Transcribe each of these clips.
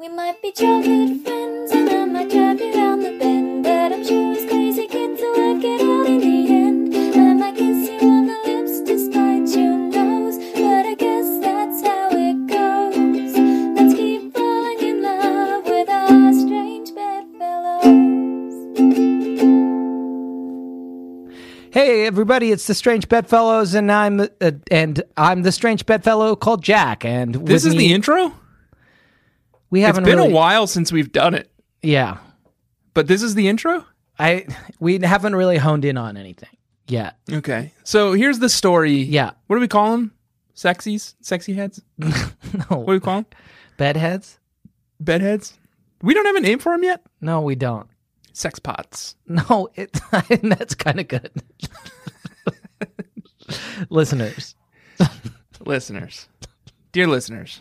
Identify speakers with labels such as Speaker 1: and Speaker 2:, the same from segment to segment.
Speaker 1: many childhood friends, and I might drive you round the bend. But I'm sure it's crazy kids will work it out in the end. I might kiss you on the lips despite your nose, but I guess that's how it goes. Let's keep falling in love with our strange bedfellows.
Speaker 2: Hey everybody, it's the Strange Bedfellows, and I'm uh, and I'm the Strange Bedfellow called Jack. And
Speaker 3: This
Speaker 2: with
Speaker 3: is
Speaker 2: me-
Speaker 3: the intro?
Speaker 2: we
Speaker 3: It's
Speaker 2: haven't
Speaker 3: been
Speaker 2: really-
Speaker 3: a while since we've done it,
Speaker 2: Yeah,
Speaker 3: but this is the intro?
Speaker 2: I we haven't really honed in on anything yet.
Speaker 3: Okay. So here's the story.
Speaker 2: Yeah.
Speaker 3: What do we call them? Sexies? Sexy heads? What do
Speaker 2: no
Speaker 3: we call them?
Speaker 2: bedheads.
Speaker 3: Bedheads? We don't have a name for them yet?
Speaker 2: No, we don't.
Speaker 3: Sex pots.
Speaker 2: No, it that's kind of good. Listeners,
Speaker 3: Listeners. Dear listeners,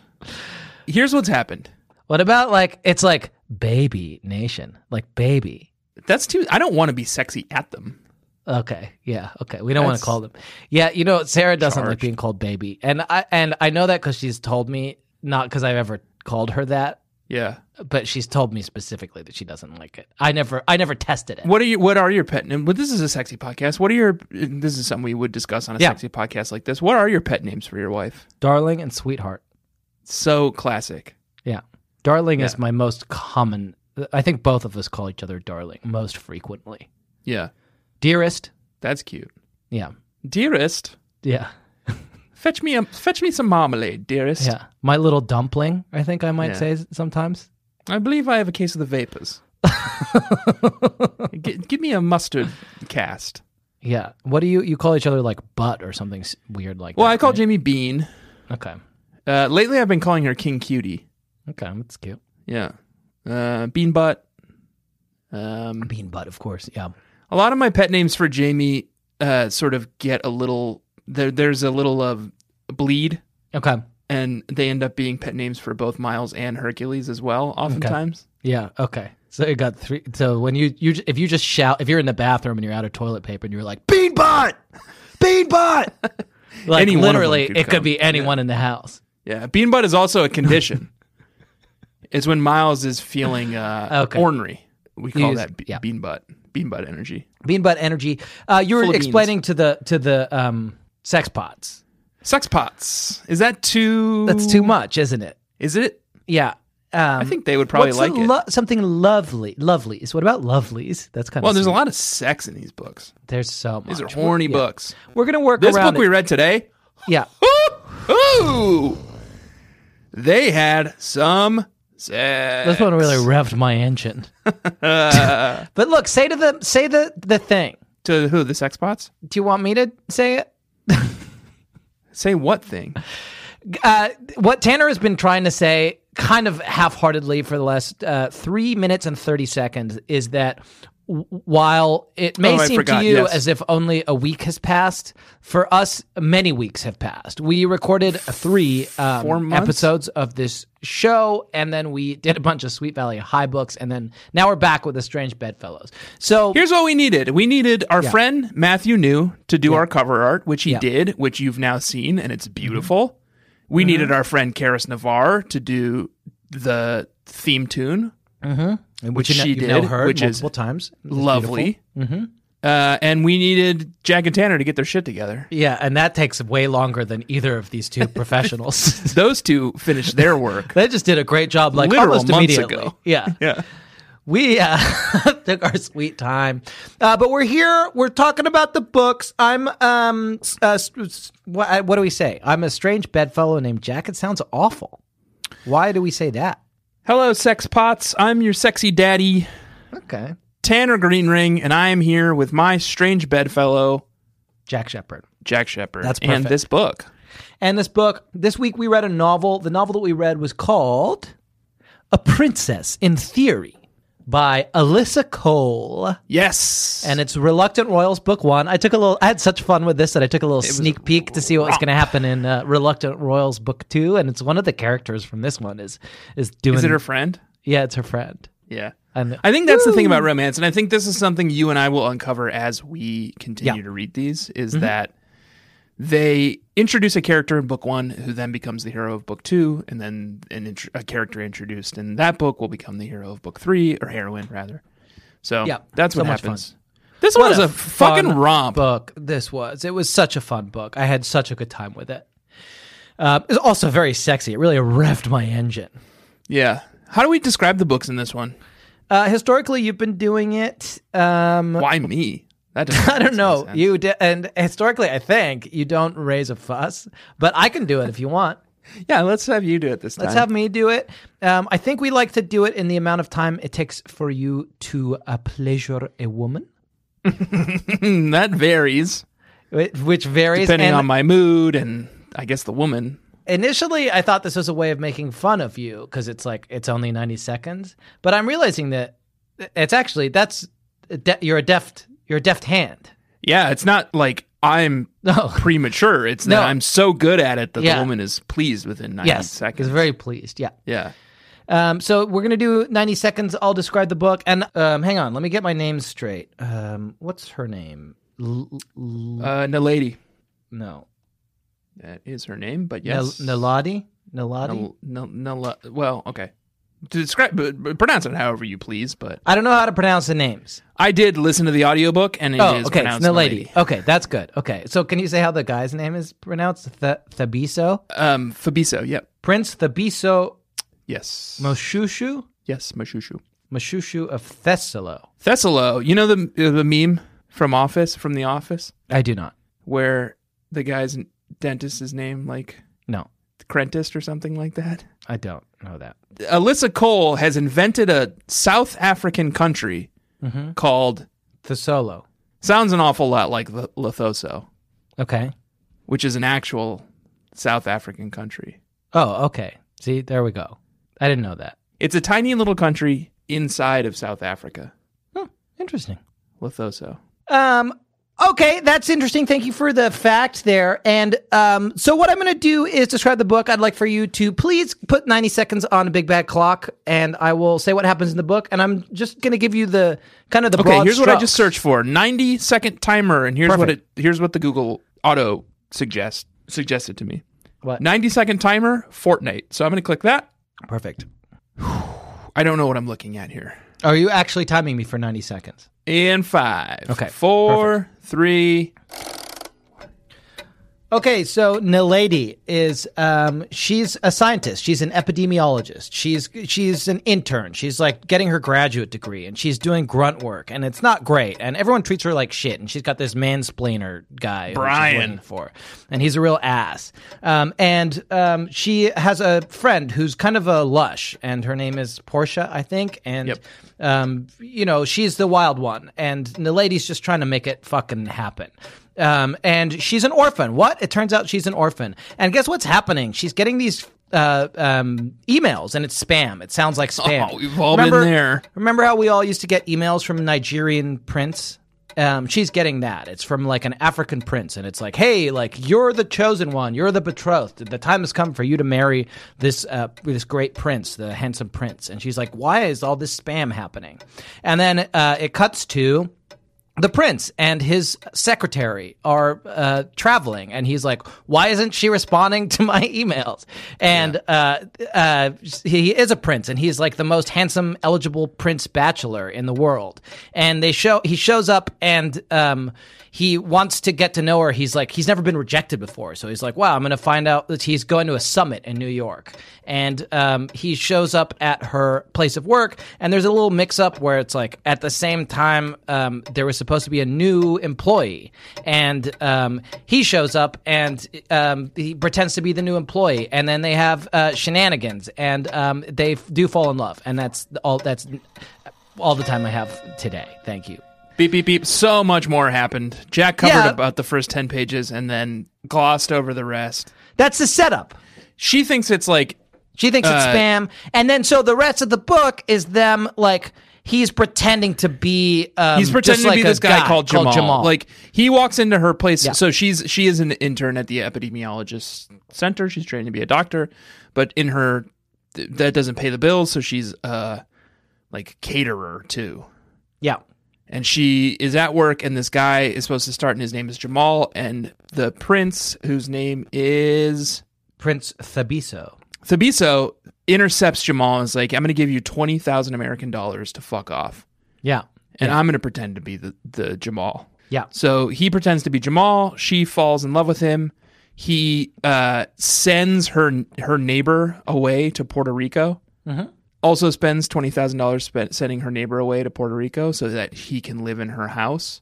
Speaker 3: here's what's happened.
Speaker 2: what about like it's like baby nation, like baby.
Speaker 3: That's too, I don't want to be sexy at them.
Speaker 2: Okay, yeah, okay. We don't want to
Speaker 3: That's
Speaker 2: call them. Yeah, you know Sarah doesn't like
Speaker 3: charged.
Speaker 2: being called baby, and I and I know that because she's told me, not because I've ever called her that,
Speaker 3: Yeah.
Speaker 2: but she's told me specifically that she doesn't like it. I never, I never tested it.
Speaker 3: What are you? What are your pet? names? But this is a sexy podcast. What are your? This is something we would discuss on a
Speaker 2: Yeah.
Speaker 3: sexy podcast like this. What are your pet names for your wife?
Speaker 2: Darling and sweetheart.
Speaker 3: So classic.
Speaker 2: Yeah, darling
Speaker 3: Yeah.
Speaker 2: is my most common. I think both of us call each other darling most frequently.
Speaker 3: Yeah,
Speaker 2: Dearest.
Speaker 3: that's cute.
Speaker 2: Yeah.
Speaker 3: Dearest,
Speaker 2: Yeah.
Speaker 3: fetch me a fetch me some marmalade, dearest.
Speaker 2: Yeah. My little dumpling, I think I might
Speaker 3: Yeah.
Speaker 2: say s- sometimes.
Speaker 3: I believe I have a case of the vapors. G- give me a mustard cast.
Speaker 2: Yeah. What do you you call each other like butt or something s- weird like
Speaker 3: Well,
Speaker 2: that?
Speaker 3: I call
Speaker 2: right?
Speaker 3: Jamie Bean.
Speaker 2: Okay.
Speaker 3: Uh, lately, I've been calling her King Cutie.
Speaker 2: Okay, that's cute.
Speaker 3: Yeah, uh, Bean Butt. Um,
Speaker 2: Bean butt, of course. Yeah.
Speaker 3: A lot of my pet names for Jamie uh, sort of get a little there. There's a little of bleed,
Speaker 2: Okay.
Speaker 3: and they end up being pet names for both Miles and Hercules as well. Oftentimes,
Speaker 2: Yeah. Okay. So you got three. So when you you j- if you just shout if you're in the bathroom and you're out of toilet paper and you're like bean butt, bean butt, like
Speaker 3: Any one of them
Speaker 2: literally
Speaker 3: could
Speaker 2: it
Speaker 3: come.
Speaker 2: could be anyone in the house.
Speaker 3: yeah. Bean butt is also a condition. it's when Miles is feeling uh,
Speaker 2: Okay.
Speaker 3: ornery. We call
Speaker 2: use-
Speaker 3: that be-
Speaker 2: yeah.
Speaker 3: bean butt. Bean butt energy.
Speaker 2: Bean butt energy. Uh, you
Speaker 3: Full
Speaker 2: were
Speaker 3: of beans.
Speaker 2: explaining to the to the um sex pots.
Speaker 3: Sex pots. Is that too?
Speaker 2: That's too much, isn't it?
Speaker 3: Is it?
Speaker 2: Yeah. Um,
Speaker 3: I think they would probably
Speaker 2: what's
Speaker 3: like
Speaker 2: the
Speaker 3: it.
Speaker 2: lo- something lovely. Lovelies. What about lovelies? That's kind
Speaker 3: well,
Speaker 2: of
Speaker 3: there's a lot of sex in these books.
Speaker 2: There's so much.
Speaker 3: These are horny
Speaker 2: We're- yeah.
Speaker 3: books.
Speaker 2: We're gonna work
Speaker 3: This
Speaker 2: around.
Speaker 3: book we
Speaker 2: it.
Speaker 3: read today.
Speaker 2: yeah.
Speaker 3: Ooh, ooh. They had some sex.
Speaker 2: This one really revved my engine.
Speaker 3: Uh,
Speaker 2: But look, say to the say the the thing.
Speaker 3: to who? The sex bots?
Speaker 2: Do you want me to say it?
Speaker 3: Say what thing?
Speaker 2: Uh, what Tanner has been trying to say, kind of half-heartedly for the last uh, three minutes and thirty seconds, is that w- while it may
Speaker 3: Oh, I
Speaker 2: seem
Speaker 3: forgot,
Speaker 2: to you
Speaker 3: yes.
Speaker 2: as if only a week has passed, for us many weeks have passed. We recorded three
Speaker 3: Four
Speaker 2: um,
Speaker 3: months?
Speaker 2: episodes of this show, and then we did a bunch of Sweet Valley High books, and then now we're back with the Strange Bedfellows. So
Speaker 3: Here's what we needed. We needed our friend Matthew New to do our cover art, which he
Speaker 2: Yeah. Mm-hmm.
Speaker 3: did, which you've now seen, and it's beautiful. We needed our friend Karis Navar to do the theme tune,
Speaker 2: which,
Speaker 3: she
Speaker 2: you've now
Speaker 3: did,
Speaker 2: heard
Speaker 3: which is
Speaker 2: multiple times. It's beautiful.
Speaker 3: lovely. Mm-hmm. Uh, and we needed Jack and Tanner to get their shit together.
Speaker 2: Yeah, and that takes way longer than either of these two professionals.
Speaker 3: Those two finished their work.
Speaker 2: they just did a great job, like
Speaker 3: Literal
Speaker 2: almost
Speaker 3: months
Speaker 2: immediately.
Speaker 3: ago.
Speaker 2: Yeah,
Speaker 3: yeah.
Speaker 2: we uh, took our sweet time, uh, but we're here. We're talking about the books. I'm um, s- uh, s- s- what, I- what do we say? I'm a strange bedfellow named Jack. It sounds awful. Why do we say that?
Speaker 3: Hello, sex pots. I'm your sexy daddy,
Speaker 2: Okay,
Speaker 3: Tanner Greenring, and I am here with my strange bedfellow,
Speaker 2: Jack Shepard.
Speaker 3: Jack Shepard.
Speaker 2: That's
Speaker 3: And
Speaker 2: perfect.
Speaker 3: this book.
Speaker 2: And this book, this week we read a novel. The novel that we read was called A Princess in Theory by Alyssa Cole.
Speaker 3: Yes.
Speaker 2: And it's Reluctant Royals Book One. I took a little, I had such fun with this that I took a little sneak peek to see what was going to happen in uh, Reluctant Royals Book Two. And it's one of the characters from this one is is doing.
Speaker 3: is it her friend?
Speaker 2: yeah, it's her friend.
Speaker 3: Yeah.
Speaker 2: And
Speaker 3: I think that's the thing about romance, and I think this is something you and I will uncover as we continue
Speaker 2: Yeah. Mm-hmm.
Speaker 3: to read these, is that they introduce a character in book one who then becomes the hero of book two, and then an int- a character introduced in that book will become the hero of book three or heroine rather. So
Speaker 2: Yeah,
Speaker 3: that's
Speaker 2: so
Speaker 3: what
Speaker 2: much
Speaker 3: happens. This one is a,
Speaker 2: fun
Speaker 3: fucking romp.
Speaker 2: book. This was. It was such a fun book. I had such a good time with it. Uh, it's also very sexy. It really revved my engine.
Speaker 3: Yeah. How do we describe the books in this one?
Speaker 2: Uh, historically, you've been doing it. Um,
Speaker 3: Why me? That doesn't
Speaker 2: I don't
Speaker 3: make
Speaker 2: know.
Speaker 3: sense.
Speaker 2: You di- and historically, I think you don't raise a fuss, but I can do it if you want.
Speaker 3: Yeah, let's have you do it this time.
Speaker 2: Let's have me do it. Um, I think we like to do it in the amount of time it takes for you to uh, pleasure a woman,
Speaker 3: Mm, that varies
Speaker 2: whi- which varies.
Speaker 3: depending
Speaker 2: and
Speaker 3: on my mood and I guess the woman.
Speaker 2: initially, I thought this was a way of making fun of you because it's like it's only ninety seconds. But I'm realizing that it's actually that's de- you're a deft you're a deft hand. Oh,
Speaker 3: Yeah, it's not like I'm
Speaker 2: No.
Speaker 3: premature. It's
Speaker 2: No.
Speaker 3: that I'm so good at it that
Speaker 2: Yeah.
Speaker 3: the woman is pleased within 90
Speaker 2: Yes,
Speaker 3: seconds.
Speaker 2: is very pleased. Yeah.
Speaker 3: yeah.
Speaker 2: Um, so we're gonna do 90 seconds. I'll describe the book. And um, hang on, let me get my name straight. Um, what's her name? L- L-
Speaker 3: Uh, Nalady.
Speaker 2: no,
Speaker 3: That is her name, but
Speaker 2: Nel-
Speaker 3: yes.
Speaker 2: Naladi. Naladi.
Speaker 3: Nal- Nal- Nala- well, okay. Describe, but- but pronounce it however you please, but
Speaker 2: I don't know how to pronounce the names.
Speaker 3: I did listen to the audiobook and it is
Speaker 2: oh, okay, it's
Speaker 3: pronounced
Speaker 2: Naladi.
Speaker 3: Nalady.
Speaker 2: Okay, that's good. Okay, so can you say how the guy's name is pronounced? Th- Thabiso,
Speaker 3: Um, Fabiso, yep.
Speaker 2: Prince Thabiso
Speaker 3: Yes.
Speaker 2: Moshushu,
Speaker 3: yes, Mashushu.
Speaker 2: Moshushu of Thessalo.
Speaker 3: Thessalo, you know the the meme from Office, from The Office,
Speaker 2: I do not.
Speaker 3: where the guy's dentist is named like
Speaker 2: No,
Speaker 3: Crentist or something like that.
Speaker 2: I don't know that.
Speaker 3: Alyssa Cole has invented a South African country called
Speaker 2: Thessalo.
Speaker 3: sounds an awful lot like L- Lesotho,
Speaker 2: Okay.
Speaker 3: which is an actual South African country.
Speaker 2: Oh, okay. See, there we go. I didn't know that.
Speaker 3: It's a tiny little country inside of South Africa,
Speaker 2: Hmm, interesting.
Speaker 3: Lesotho.
Speaker 2: Um, okay, that's interesting. Thank you for the fact there. And um, so, what I'm going to do is describe the book. I'd like for you to please put 90 seconds on a big bad clock, and I will say what happens in the book. And I'm just going to give you the kind of the
Speaker 3: Okay,
Speaker 2: broad
Speaker 3: here's what I just
Speaker 2: strokes.
Speaker 3: searched for: ninety second timer, and here's what it
Speaker 2: Perfect.
Speaker 3: here's what the Google Auto suggest suggested to me.
Speaker 2: What?
Speaker 3: ninety second timer? Fortnite. So I'm going to click that.
Speaker 2: Perfect.
Speaker 3: I don't know what I'm looking at here.
Speaker 2: Are you actually timing me for 90 seconds?
Speaker 3: In five,
Speaker 2: Okay,
Speaker 3: four, three.
Speaker 2: Okay, so Nalady is um, she's a scientist. She's an epidemiologist. She's she's an intern. She's like getting her graduate degree, and she's doing grunt work, and it's not great. And everyone treats her like shit. And she's got this mansplainer guy, who she's
Speaker 3: Brian.
Speaker 2: working for, and he's a real ass. Um, and um, she has a friend who's kind of a lush, and her name is Portia, I think. And
Speaker 3: Yep.
Speaker 2: um, you know, she's the wild one, and the lady's just trying to make it fucking happen. Um, and she's an orphan. What? It turns out she's an orphan. And guess what's happening? She's getting these uh, um, emails, and it's spam. It sounds like spam.
Speaker 3: Oh, we've all been there.
Speaker 2: Remember how we all used to get emails from Nigerian prince? Um, she's getting that. It's from like an African prince, and it's like, hey, like you're the chosen one, you're the betrothed. The time has come for you to marry this uh, this great prince, the handsome prince. And she's like, why is all this spam happening? And then uh, it cuts to the prince and his secretary are uh, traveling, and he's like, "Why isn't she responding to my emails?" And uh, uh, he is a prince, and he's like the most handsome, eligible prince bachelor in the world. And they show he shows up, and um, he wants to get to know her. He's like he's never been rejected before, so he's like, "Wow, I'm going to find out." That he's going to a summit in New York, and um, he shows up at her place of work, and there's a little mix up where it's like at the same time um, there was supposed to be a new employee, and um, he shows up and um, he pretends to be the new employee, and then they have uh, shenanigans, and um, they f- do fall in love, and that's all. That's all the time I have today. Thank you.
Speaker 3: Beep beep beep. So much more happened. Jack covered
Speaker 2: Yeah.
Speaker 3: about the first ten pages and then glossed over the rest.
Speaker 2: That's the setup.
Speaker 3: She thinks it's like
Speaker 2: She thinks it's
Speaker 3: Uh,
Speaker 2: spam, and then so the rest of the book is them like he's pretending to be. Um,
Speaker 3: he's pretending
Speaker 2: just like
Speaker 3: to be
Speaker 2: a
Speaker 3: this guy, called, Jamal.
Speaker 2: Jamal.
Speaker 3: Like he walks into her place.
Speaker 2: Yeah.
Speaker 3: So she's she is an intern at the epidemiologist center. She's trained to be a doctor, but in her th- that doesn't pay the bills, so she's uh like caterer too.
Speaker 2: yeah,
Speaker 3: and she is at work and this guy is supposed to start and his name is Jamal and the prince whose name is
Speaker 2: Prince Thabiso.
Speaker 3: Thabiso intercepts Jamal and is like I'm going to give you 20,000 American dollars to fuck off
Speaker 2: Yeah.
Speaker 3: and I'm going to pretend to be the, the Jamal.
Speaker 2: Yeah.
Speaker 3: So he pretends to be Jamal, she falls in love with him. He uh, sends her her neighbor away to Puerto Rico. Also spends twenty thousand dollars spent sending her neighbor away to Puerto Rico so that he can live in her house.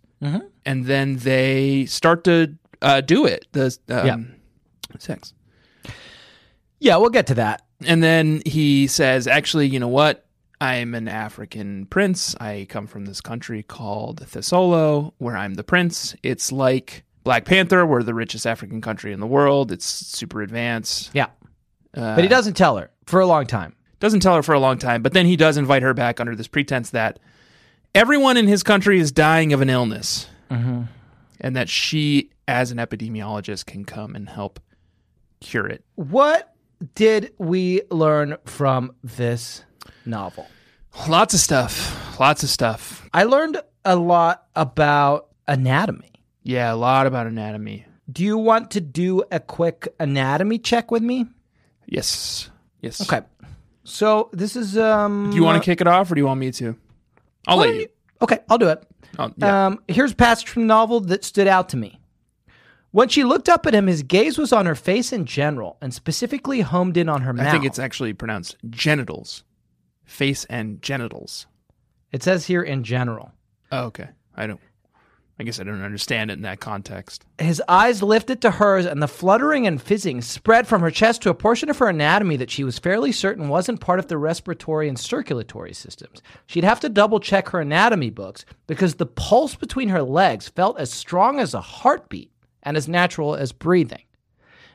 Speaker 3: And then they start to uh, do it. The um, sex.
Speaker 2: Yeah, we'll get to that.
Speaker 3: And then he says, actually, you know what? I'm an African prince. I come from this country called Thesolo, where I'm the prince. It's like Black Panther. We're the richest African country in the world. It's super advanced.
Speaker 2: Yeah.
Speaker 3: Uh,
Speaker 2: but he doesn't tell her for a long time.
Speaker 3: Doesn't tell her for a long time, but then he does invite her back under this pretense that everyone in his country is dying of an illness. And that she, as an epidemiologist, can come and help cure it.
Speaker 2: What did we learn from this novel?
Speaker 3: Lots of stuff. Lots of stuff.
Speaker 2: I learned a lot about anatomy.
Speaker 3: Yeah, a lot about anatomy.
Speaker 2: Do you want to do a quick anatomy check with me?
Speaker 3: Yes. Yes.
Speaker 2: Okay. So this is um
Speaker 3: Do you want to kick it off or do you want me to? I'll let you.
Speaker 2: Okay, I'll do it.
Speaker 3: Oh, yeah.
Speaker 2: Um, here's a passage from the novel that stood out to me. When she looked up at him, his gaze was on her face in general, and specifically homed in on her mouth.
Speaker 3: I think it's actually pronounced genitals, face and genitals.
Speaker 2: it says here in general.
Speaker 3: Oh, okay. I don't. I guess I don't understand it in that context.
Speaker 2: His eyes lifted to hers, and the fluttering and fizzing spread from her chest to a portion of her anatomy that she was fairly certain wasn't part of the respiratory and circulatory systems. She'd have to double check her anatomy books because the pulse between her legs felt as strong as a heartbeat and as natural as breathing.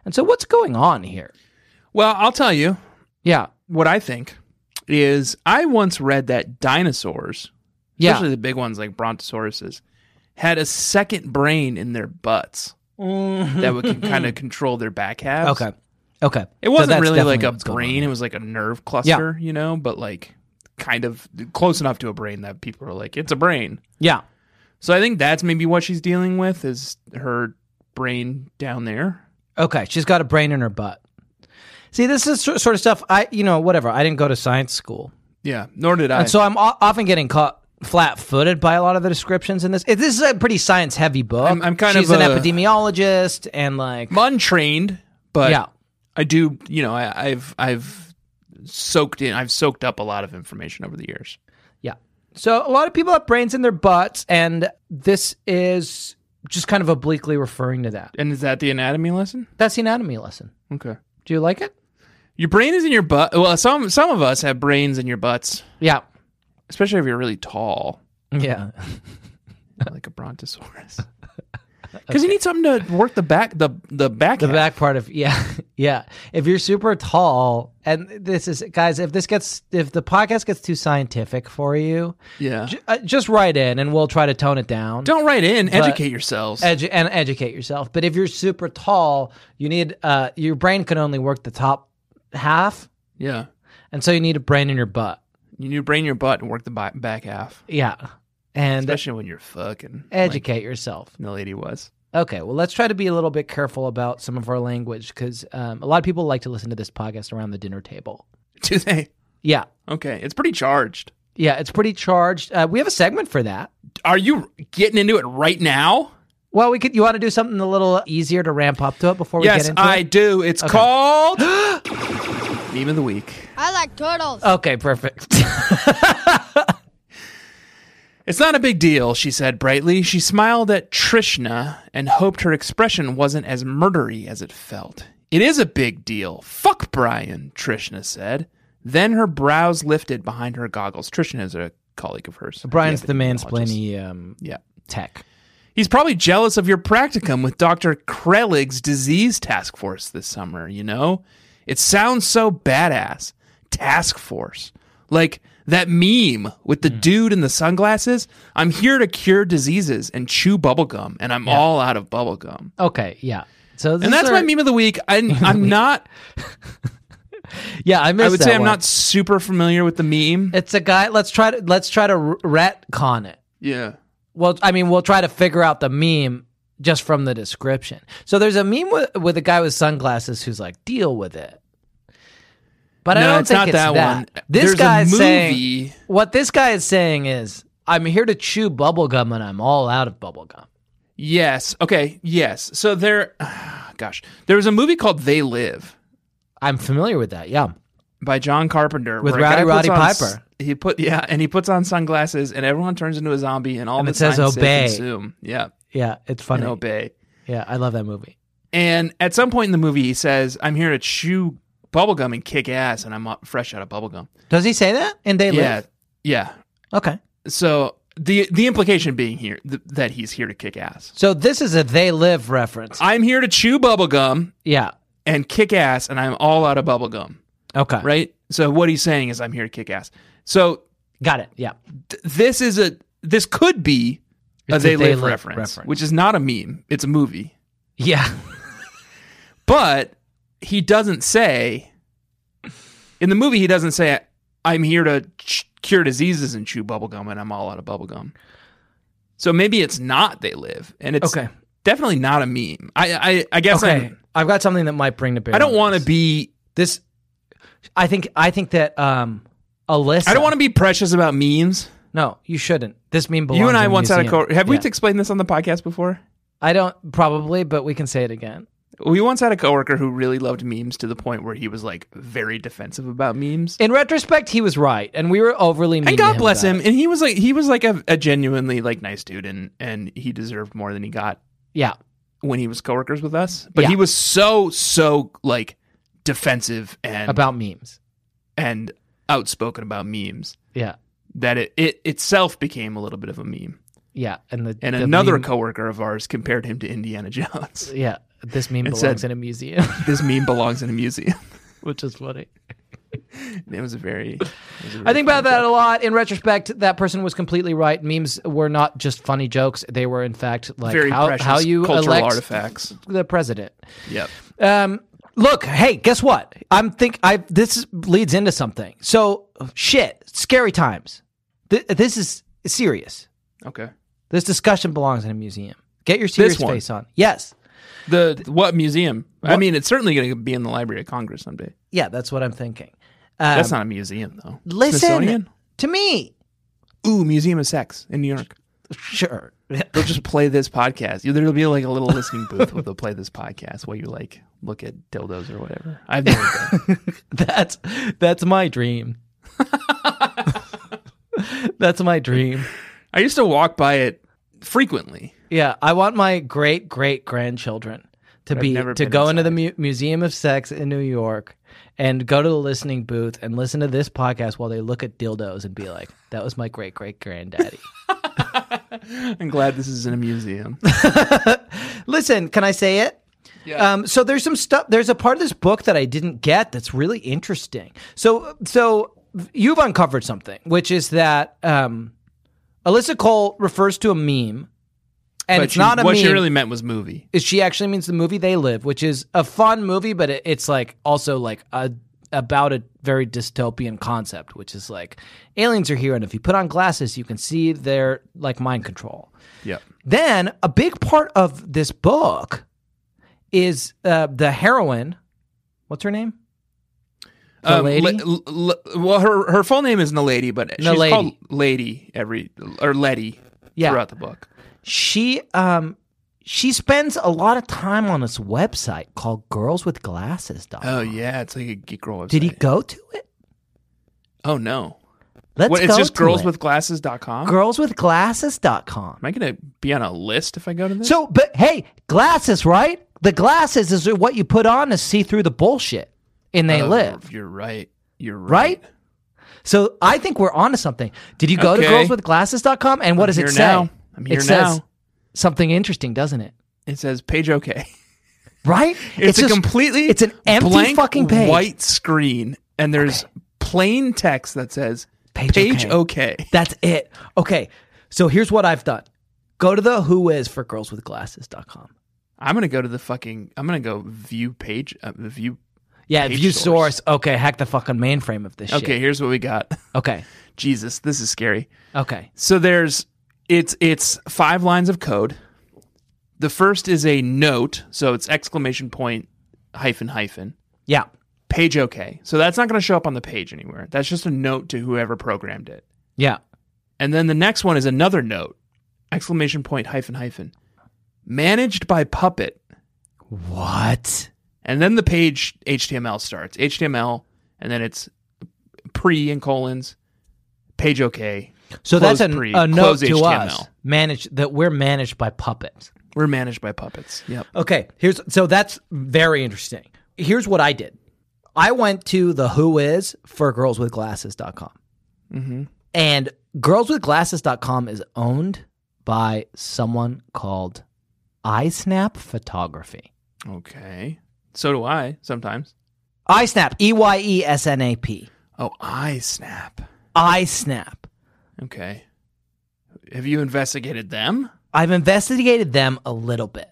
Speaker 2: And so, what's going on here?
Speaker 3: Well, I'll tell you
Speaker 2: Yeah.
Speaker 3: what I think is I once read that dinosaurs,
Speaker 2: Yeah.
Speaker 3: especially the big ones like brontosauruses, had a second brain in their butts that would kind of control their back halves.
Speaker 2: Mm-hmm. Okay. Okay.
Speaker 3: It
Speaker 2: So
Speaker 3: wasn't
Speaker 2: that's
Speaker 3: really like
Speaker 2: definitely
Speaker 3: a
Speaker 2: what's going
Speaker 3: brain. It was like a nerve cluster, you know, but like kind of close enough to a brain that people are like, it's a brain.
Speaker 2: on. Yeah.
Speaker 3: So I think that's maybe what she's dealing with is her brain down there.
Speaker 2: Okay. She's got a brain in her butt. See, this is sor- sort of stuff I, you know, whatever. I didn't go to science school.
Speaker 3: Yeah. Nor did I.
Speaker 2: And so I'm o- often getting caught flat-footed by a lot of the descriptions in this. It, this is a pretty science-heavy book.
Speaker 3: I'm- I'm kind
Speaker 2: She's
Speaker 3: of
Speaker 2: an
Speaker 3: a-
Speaker 2: epidemiologist and like
Speaker 3: I'm untrained, but
Speaker 2: yeah,
Speaker 3: I do, you know, I, I've, I've soaked in, I've soaked up a lot of information over the years.
Speaker 2: yeah. So a lot of people have brains in their butts, and this is just kind of obliquely referring to that.
Speaker 3: And is that the anatomy lesson?
Speaker 2: That's the anatomy lesson.
Speaker 3: Okay.
Speaker 2: Do you like it?
Speaker 3: Your brain is in your butt. Well, some, some of us have brains in your butts,
Speaker 2: Yeah.
Speaker 3: especially if you're really tall.
Speaker 2: Yeah.
Speaker 3: like a brontosaurus. Because you need something to work the back, the the back.
Speaker 2: The
Speaker 3: half.
Speaker 2: back part of yeah, yeah. If you're super tall, and this is guys, if this gets if the podcast gets too scientific for you,
Speaker 3: Yeah.
Speaker 2: j- uh, just write in and we'll try to tone it down.
Speaker 3: Don't write in. Educate yourselves.
Speaker 2: Edu- and educate yourself. But if you're super tall, you need uh, your brain can only work the top half,
Speaker 3: yeah.
Speaker 2: and so you need a brain in your butt.
Speaker 3: You need to brain your butt and work the bi- back half,
Speaker 2: Yeah, and
Speaker 3: especially when you're fucking. Like
Speaker 2: educate yourself.
Speaker 3: the lady was.
Speaker 2: Okay, well, let's try to be a little bit careful about some of our language because um, a lot of people like to listen to this podcast around the dinner table.
Speaker 3: Do they?
Speaker 2: Yeah,
Speaker 3: Okay, it's pretty charged.
Speaker 2: yeah, it's pretty charged. Uh, we have a segment for that.
Speaker 3: Are you getting into it right now?
Speaker 2: Well, we could. You want to do something a little easier to ramp up to it before we get
Speaker 3: Yes,
Speaker 2: into
Speaker 3: I
Speaker 2: it?
Speaker 3: do. It's called meme of the week.
Speaker 4: I like turtles.
Speaker 2: Okay, perfect.
Speaker 3: It's not a big deal, she said brightly. She smiled at Trishna and hoped her expression wasn't as murdery as it felt. It is a big deal. Fuck Brian, Trishna said. Then her brows lifted behind her goggles. Trishna is a colleague of hers.
Speaker 2: Brian's the
Speaker 3: epidemiologist.
Speaker 2: mansplaining um,
Speaker 3: Yeah.
Speaker 2: tech.
Speaker 3: He's probably jealous of your practicum with Dr. Krelig's disease task force this summer, you know? It sounds so badass. Task force. Like that meme with
Speaker 2: Hmm.
Speaker 3: the dude in the sunglasses. I'm here to cure diseases and chew bubblegum, and I'm all out of bubblegum.
Speaker 2: Okay, yeah. So
Speaker 3: And that's
Speaker 2: are,
Speaker 3: my meme of the week. I, I'm not,
Speaker 2: Yeah, I missed.
Speaker 3: I would
Speaker 2: that
Speaker 3: say I'm
Speaker 2: one.
Speaker 3: not super familiar with the meme.
Speaker 2: It's a guy. Let's try to let's try to r- retcon it.
Speaker 3: Yeah.
Speaker 2: Well, I mean, we'll try to figure out the meme just from the description. So there's a meme with, with a guy with sunglasses who's like, "Deal with it." But I
Speaker 3: No,
Speaker 2: don't
Speaker 3: it's
Speaker 2: think
Speaker 3: not
Speaker 2: it's
Speaker 3: that
Speaker 2: that.
Speaker 3: one.
Speaker 2: This
Speaker 3: There's a
Speaker 2: guy's saying
Speaker 3: movie-
Speaker 2: what this guy is saying is, "I'm here to chew bubblegum and I'm all out of bubblegum."
Speaker 3: Yes. Okay. Yes. So there, gosh, there was a movie called They Live
Speaker 2: I'm familiar with that. Yeah.
Speaker 3: by John Carpenter
Speaker 2: With
Speaker 3: where a guy
Speaker 2: Rowdy Roddy
Speaker 3: puts on s-
Speaker 2: Piper.
Speaker 3: He put yeah, and he puts on sunglasses, and everyone turns into a zombie, and all
Speaker 2: And
Speaker 3: the
Speaker 2: it says
Speaker 3: signs say
Speaker 2: obey.
Speaker 3: consume. Yeah,
Speaker 2: Yeah, it's
Speaker 3: and
Speaker 2: funny.
Speaker 3: obey.
Speaker 2: Yeah, I love that movie.
Speaker 3: And at some point in the movie, he says, "I'm here to chew bubblegum and kick ass," and I'm uh, fresh out of bubblegum.
Speaker 2: Does he say that? And they
Speaker 3: Yeah,
Speaker 2: live.
Speaker 3: yeah.
Speaker 2: Okay.
Speaker 3: So the the implication being here th- that he's here to kick ass.
Speaker 2: So this is a they live reference.
Speaker 3: I'm here to chew bubblegum
Speaker 2: yeah.
Speaker 3: and kick ass, and I'm all out of bubblegum.
Speaker 2: Okay.
Speaker 3: right? So what he's saying is, I'm here to kick ass. So
Speaker 2: Got it. Yeah.
Speaker 3: th- this is a this could be a
Speaker 2: It's
Speaker 3: they, live, reference, which is not a meme; it's a movie.
Speaker 2: Yeah.
Speaker 3: But he doesn't say in the movie. He doesn't say, "I'm here to ch- cure diseases and chew bubblegum, and I'm all out of bubblegum." So maybe it's not they live, and it's
Speaker 2: Okay.
Speaker 3: definitely not a meme. I I, I guess
Speaker 2: Okay.
Speaker 3: I'm-
Speaker 2: I've got something that might bring to bear.
Speaker 3: I don't
Speaker 2: want
Speaker 3: want to be
Speaker 2: this. I think I think that um Alyssa.
Speaker 3: I don't want to be precious about memes.
Speaker 2: No, you shouldn't. This meme belongs.
Speaker 3: You and I
Speaker 2: in a
Speaker 3: once had a
Speaker 2: museum.
Speaker 3: co- have we
Speaker 2: Yeah.
Speaker 3: explained this on the podcast before?
Speaker 2: I don't probably, but we can say it again.
Speaker 3: We once had a coworker who really loved memes to the point where he was like very defensive about memes.
Speaker 2: In retrospect, he was right, and we were overly. Mean
Speaker 3: And
Speaker 2: to
Speaker 3: God bless
Speaker 2: about
Speaker 3: him.
Speaker 2: it.
Speaker 3: And he was like he was like a, a genuinely like nice dude and and he deserved more than he got
Speaker 2: Yeah.
Speaker 3: when he was coworkers with us. But
Speaker 2: Yeah.
Speaker 3: he was so so like defensive and
Speaker 2: About memes.
Speaker 3: and outspoken about memes
Speaker 2: Yeah.
Speaker 3: that it, it itself became a little bit of a meme.
Speaker 2: Yeah. And the
Speaker 3: And
Speaker 2: the
Speaker 3: another
Speaker 2: meme-
Speaker 3: coworker of ours compared him to Indiana Jones.
Speaker 2: yeah. This meme
Speaker 3: and
Speaker 2: belongs in
Speaker 3: said-
Speaker 2: a museum,
Speaker 3: this meme belongs in a museum.
Speaker 2: which is funny.
Speaker 3: It was a very it was a
Speaker 2: I
Speaker 3: very
Speaker 2: think
Speaker 3: funny
Speaker 2: about that a lot. In retrospect, that person was completely right. Memes were not just funny jokes; they were, in fact, like
Speaker 3: very
Speaker 2: how,
Speaker 3: precious
Speaker 2: how you
Speaker 3: cultural
Speaker 2: elect
Speaker 3: artifacts.
Speaker 2: the president.
Speaker 3: Yep.
Speaker 2: Um, look, hey, guess what? I'm think I this leads into something. So shit, scary times. Th- this is serious.
Speaker 3: Okay.
Speaker 2: This discussion belongs in a museum. Get your serious
Speaker 3: one.
Speaker 2: face on. Yes,
Speaker 3: The what museum? I
Speaker 2: What-
Speaker 3: mean, it's certainly going to be in the Library of Congress someday.
Speaker 2: yeah, that's what I'm thinking.
Speaker 3: That's not a museum though.
Speaker 2: Um, Listen
Speaker 3: Smithsonian?
Speaker 2: to me.
Speaker 3: Ooh, Museum of Sex in New York.
Speaker 2: Sure.
Speaker 3: They'll just play this podcast. You- There'll be like a little listening booth where they'll play this podcast while you like look at dildos or whatever. I've never done.
Speaker 2: that's that's my dream. that's my dream.
Speaker 3: I used to walk by it frequently.
Speaker 2: Yeah, I want my great great grandchildren to be
Speaker 3: never
Speaker 2: to
Speaker 3: been
Speaker 2: go into the mu- Museum of Sex in New York and go to the listening booth and listen to this podcast while they look at dildos and be like, "That was my great great granddaddy."
Speaker 3: I'm glad this is in a museum.
Speaker 2: listen, can I say it?
Speaker 3: Yeah.
Speaker 2: Um, so there's some stuff. There's a part of this book that I didn't get that's really interesting. So so you've uncovered something, which is that um, Alyssa Cole refers to a meme, and
Speaker 3: But
Speaker 2: it's
Speaker 3: she-
Speaker 2: not a
Speaker 3: what
Speaker 2: meme.
Speaker 3: she really meant was movie.
Speaker 2: is she actually means the movie They Live, which is a fun movie, but it, it's like also like a about a very dystopian concept, which is like aliens are here, and if you put on glasses, you can see their like mind control.
Speaker 3: Yeah.
Speaker 2: Then a big part of this book is uh, the heroine. What's her name? The
Speaker 3: Um,
Speaker 2: lady?
Speaker 3: l- l- well, her her full name is Nalady, but she's
Speaker 2: Naledi.
Speaker 3: called Lady every or Letty
Speaker 2: Yeah.
Speaker 3: throughout the book.
Speaker 2: She um she spends a lot of time on this website called Girls with Glasses.
Speaker 3: Oh yeah, it's like a geek girl website.
Speaker 2: Did he go to it?
Speaker 3: Oh no.
Speaker 2: Let's
Speaker 3: What,
Speaker 2: go
Speaker 3: it's just
Speaker 2: to it.
Speaker 3: girlswithglasses.com?
Speaker 2: girlswithglasses.com.
Speaker 3: Am I going to be on a list if I go to this?
Speaker 2: So, but hey, glasses, right? The glasses is what you put on to see through the bullshit, and they
Speaker 3: Oh,
Speaker 2: live,
Speaker 3: You're right. You're right.
Speaker 2: right? So I think we're onto something. Did you go to
Speaker 3: Okay.
Speaker 2: girlswithglasses.com and what does
Speaker 3: I'm
Speaker 2: it
Speaker 3: here
Speaker 2: say?
Speaker 3: now. I'm here
Speaker 2: it
Speaker 3: now.
Speaker 2: says something interesting, doesn't it?
Speaker 3: It says page okay.
Speaker 2: Right?
Speaker 3: It's, a
Speaker 2: just-
Speaker 3: completely
Speaker 2: it's an empty
Speaker 3: blank
Speaker 2: fucking page.
Speaker 3: white screen and there's plain text that says
Speaker 2: Page
Speaker 3: page,
Speaker 2: okay.
Speaker 3: okay.
Speaker 2: That's it. Okay. So here's what I've done. Go to the who is for girlswithglasses.com.
Speaker 3: I'm going to go to the fucking I'm going to go view page uh, view
Speaker 2: Yeah,
Speaker 3: Page
Speaker 2: view source.
Speaker 3: source.
Speaker 2: Okay, hack the fucking mainframe of this
Speaker 3: Okay,
Speaker 2: shit.
Speaker 3: here's what we got.
Speaker 2: Okay.
Speaker 3: Jesus, this is scary.
Speaker 2: Okay.
Speaker 3: So there's It's it's five lines of code. The first is a note, so it's exclamation point hyphen hyphen
Speaker 2: Yeah.
Speaker 3: page okay. So that's not going to show up on the page anywhere. That's just a note to whoever programmed it.
Speaker 2: Yeah.
Speaker 3: And then the next one is another note, exclamation point hyphen hyphen, managed by Puppet.
Speaker 2: What?
Speaker 3: And then the page HTML starts. HTML, and then it's pre and colons, page okay.
Speaker 2: So
Speaker 3: Close
Speaker 2: that's an,
Speaker 3: pre,
Speaker 2: a note
Speaker 3: close
Speaker 2: to us.
Speaker 3: HTML.
Speaker 2: Manage that we're managed by puppets.
Speaker 3: We're managed by puppets. Yep.
Speaker 2: Okay, here's so that's very interesting. Here's what I did. I went to the who is for girlswithglasses.com.
Speaker 3: Mhm.
Speaker 2: And girlswithglasses.com is owned by someone called iSnap Photography.
Speaker 3: Okay. So do I sometimes.
Speaker 2: iSnap, E Y E S N A P.
Speaker 3: Oh, I snap.
Speaker 2: iSnap.
Speaker 3: Okay. Have you investigated them?
Speaker 2: I've investigated them a little bit.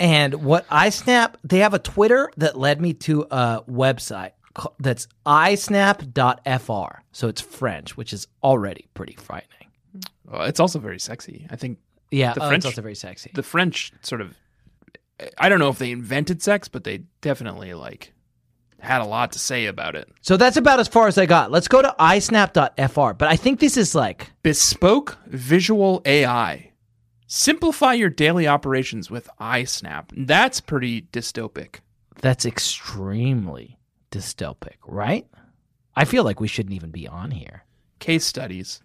Speaker 2: And what iSnap, they have a Twitter that led me to a website ca- that's isnap.fr. So it's French, which is already pretty frightening.
Speaker 3: Oh, it's also very sexy. I think
Speaker 2: Yeah,
Speaker 3: The
Speaker 2: oh,
Speaker 3: French-
Speaker 2: it's also very sexy.
Speaker 3: the French sort of I don't know if they invented sex, but they definitely like had a lot to say about it.
Speaker 2: so that's about as far as I got. Let's go to isnap.fr. But I think this is like,
Speaker 3: Bespoke visual AI. Simplify your daily operations with iSnap. That's pretty dystopic.
Speaker 2: that's extremely dystopic, right? I feel like we shouldn't even be on here.
Speaker 3: Case studies.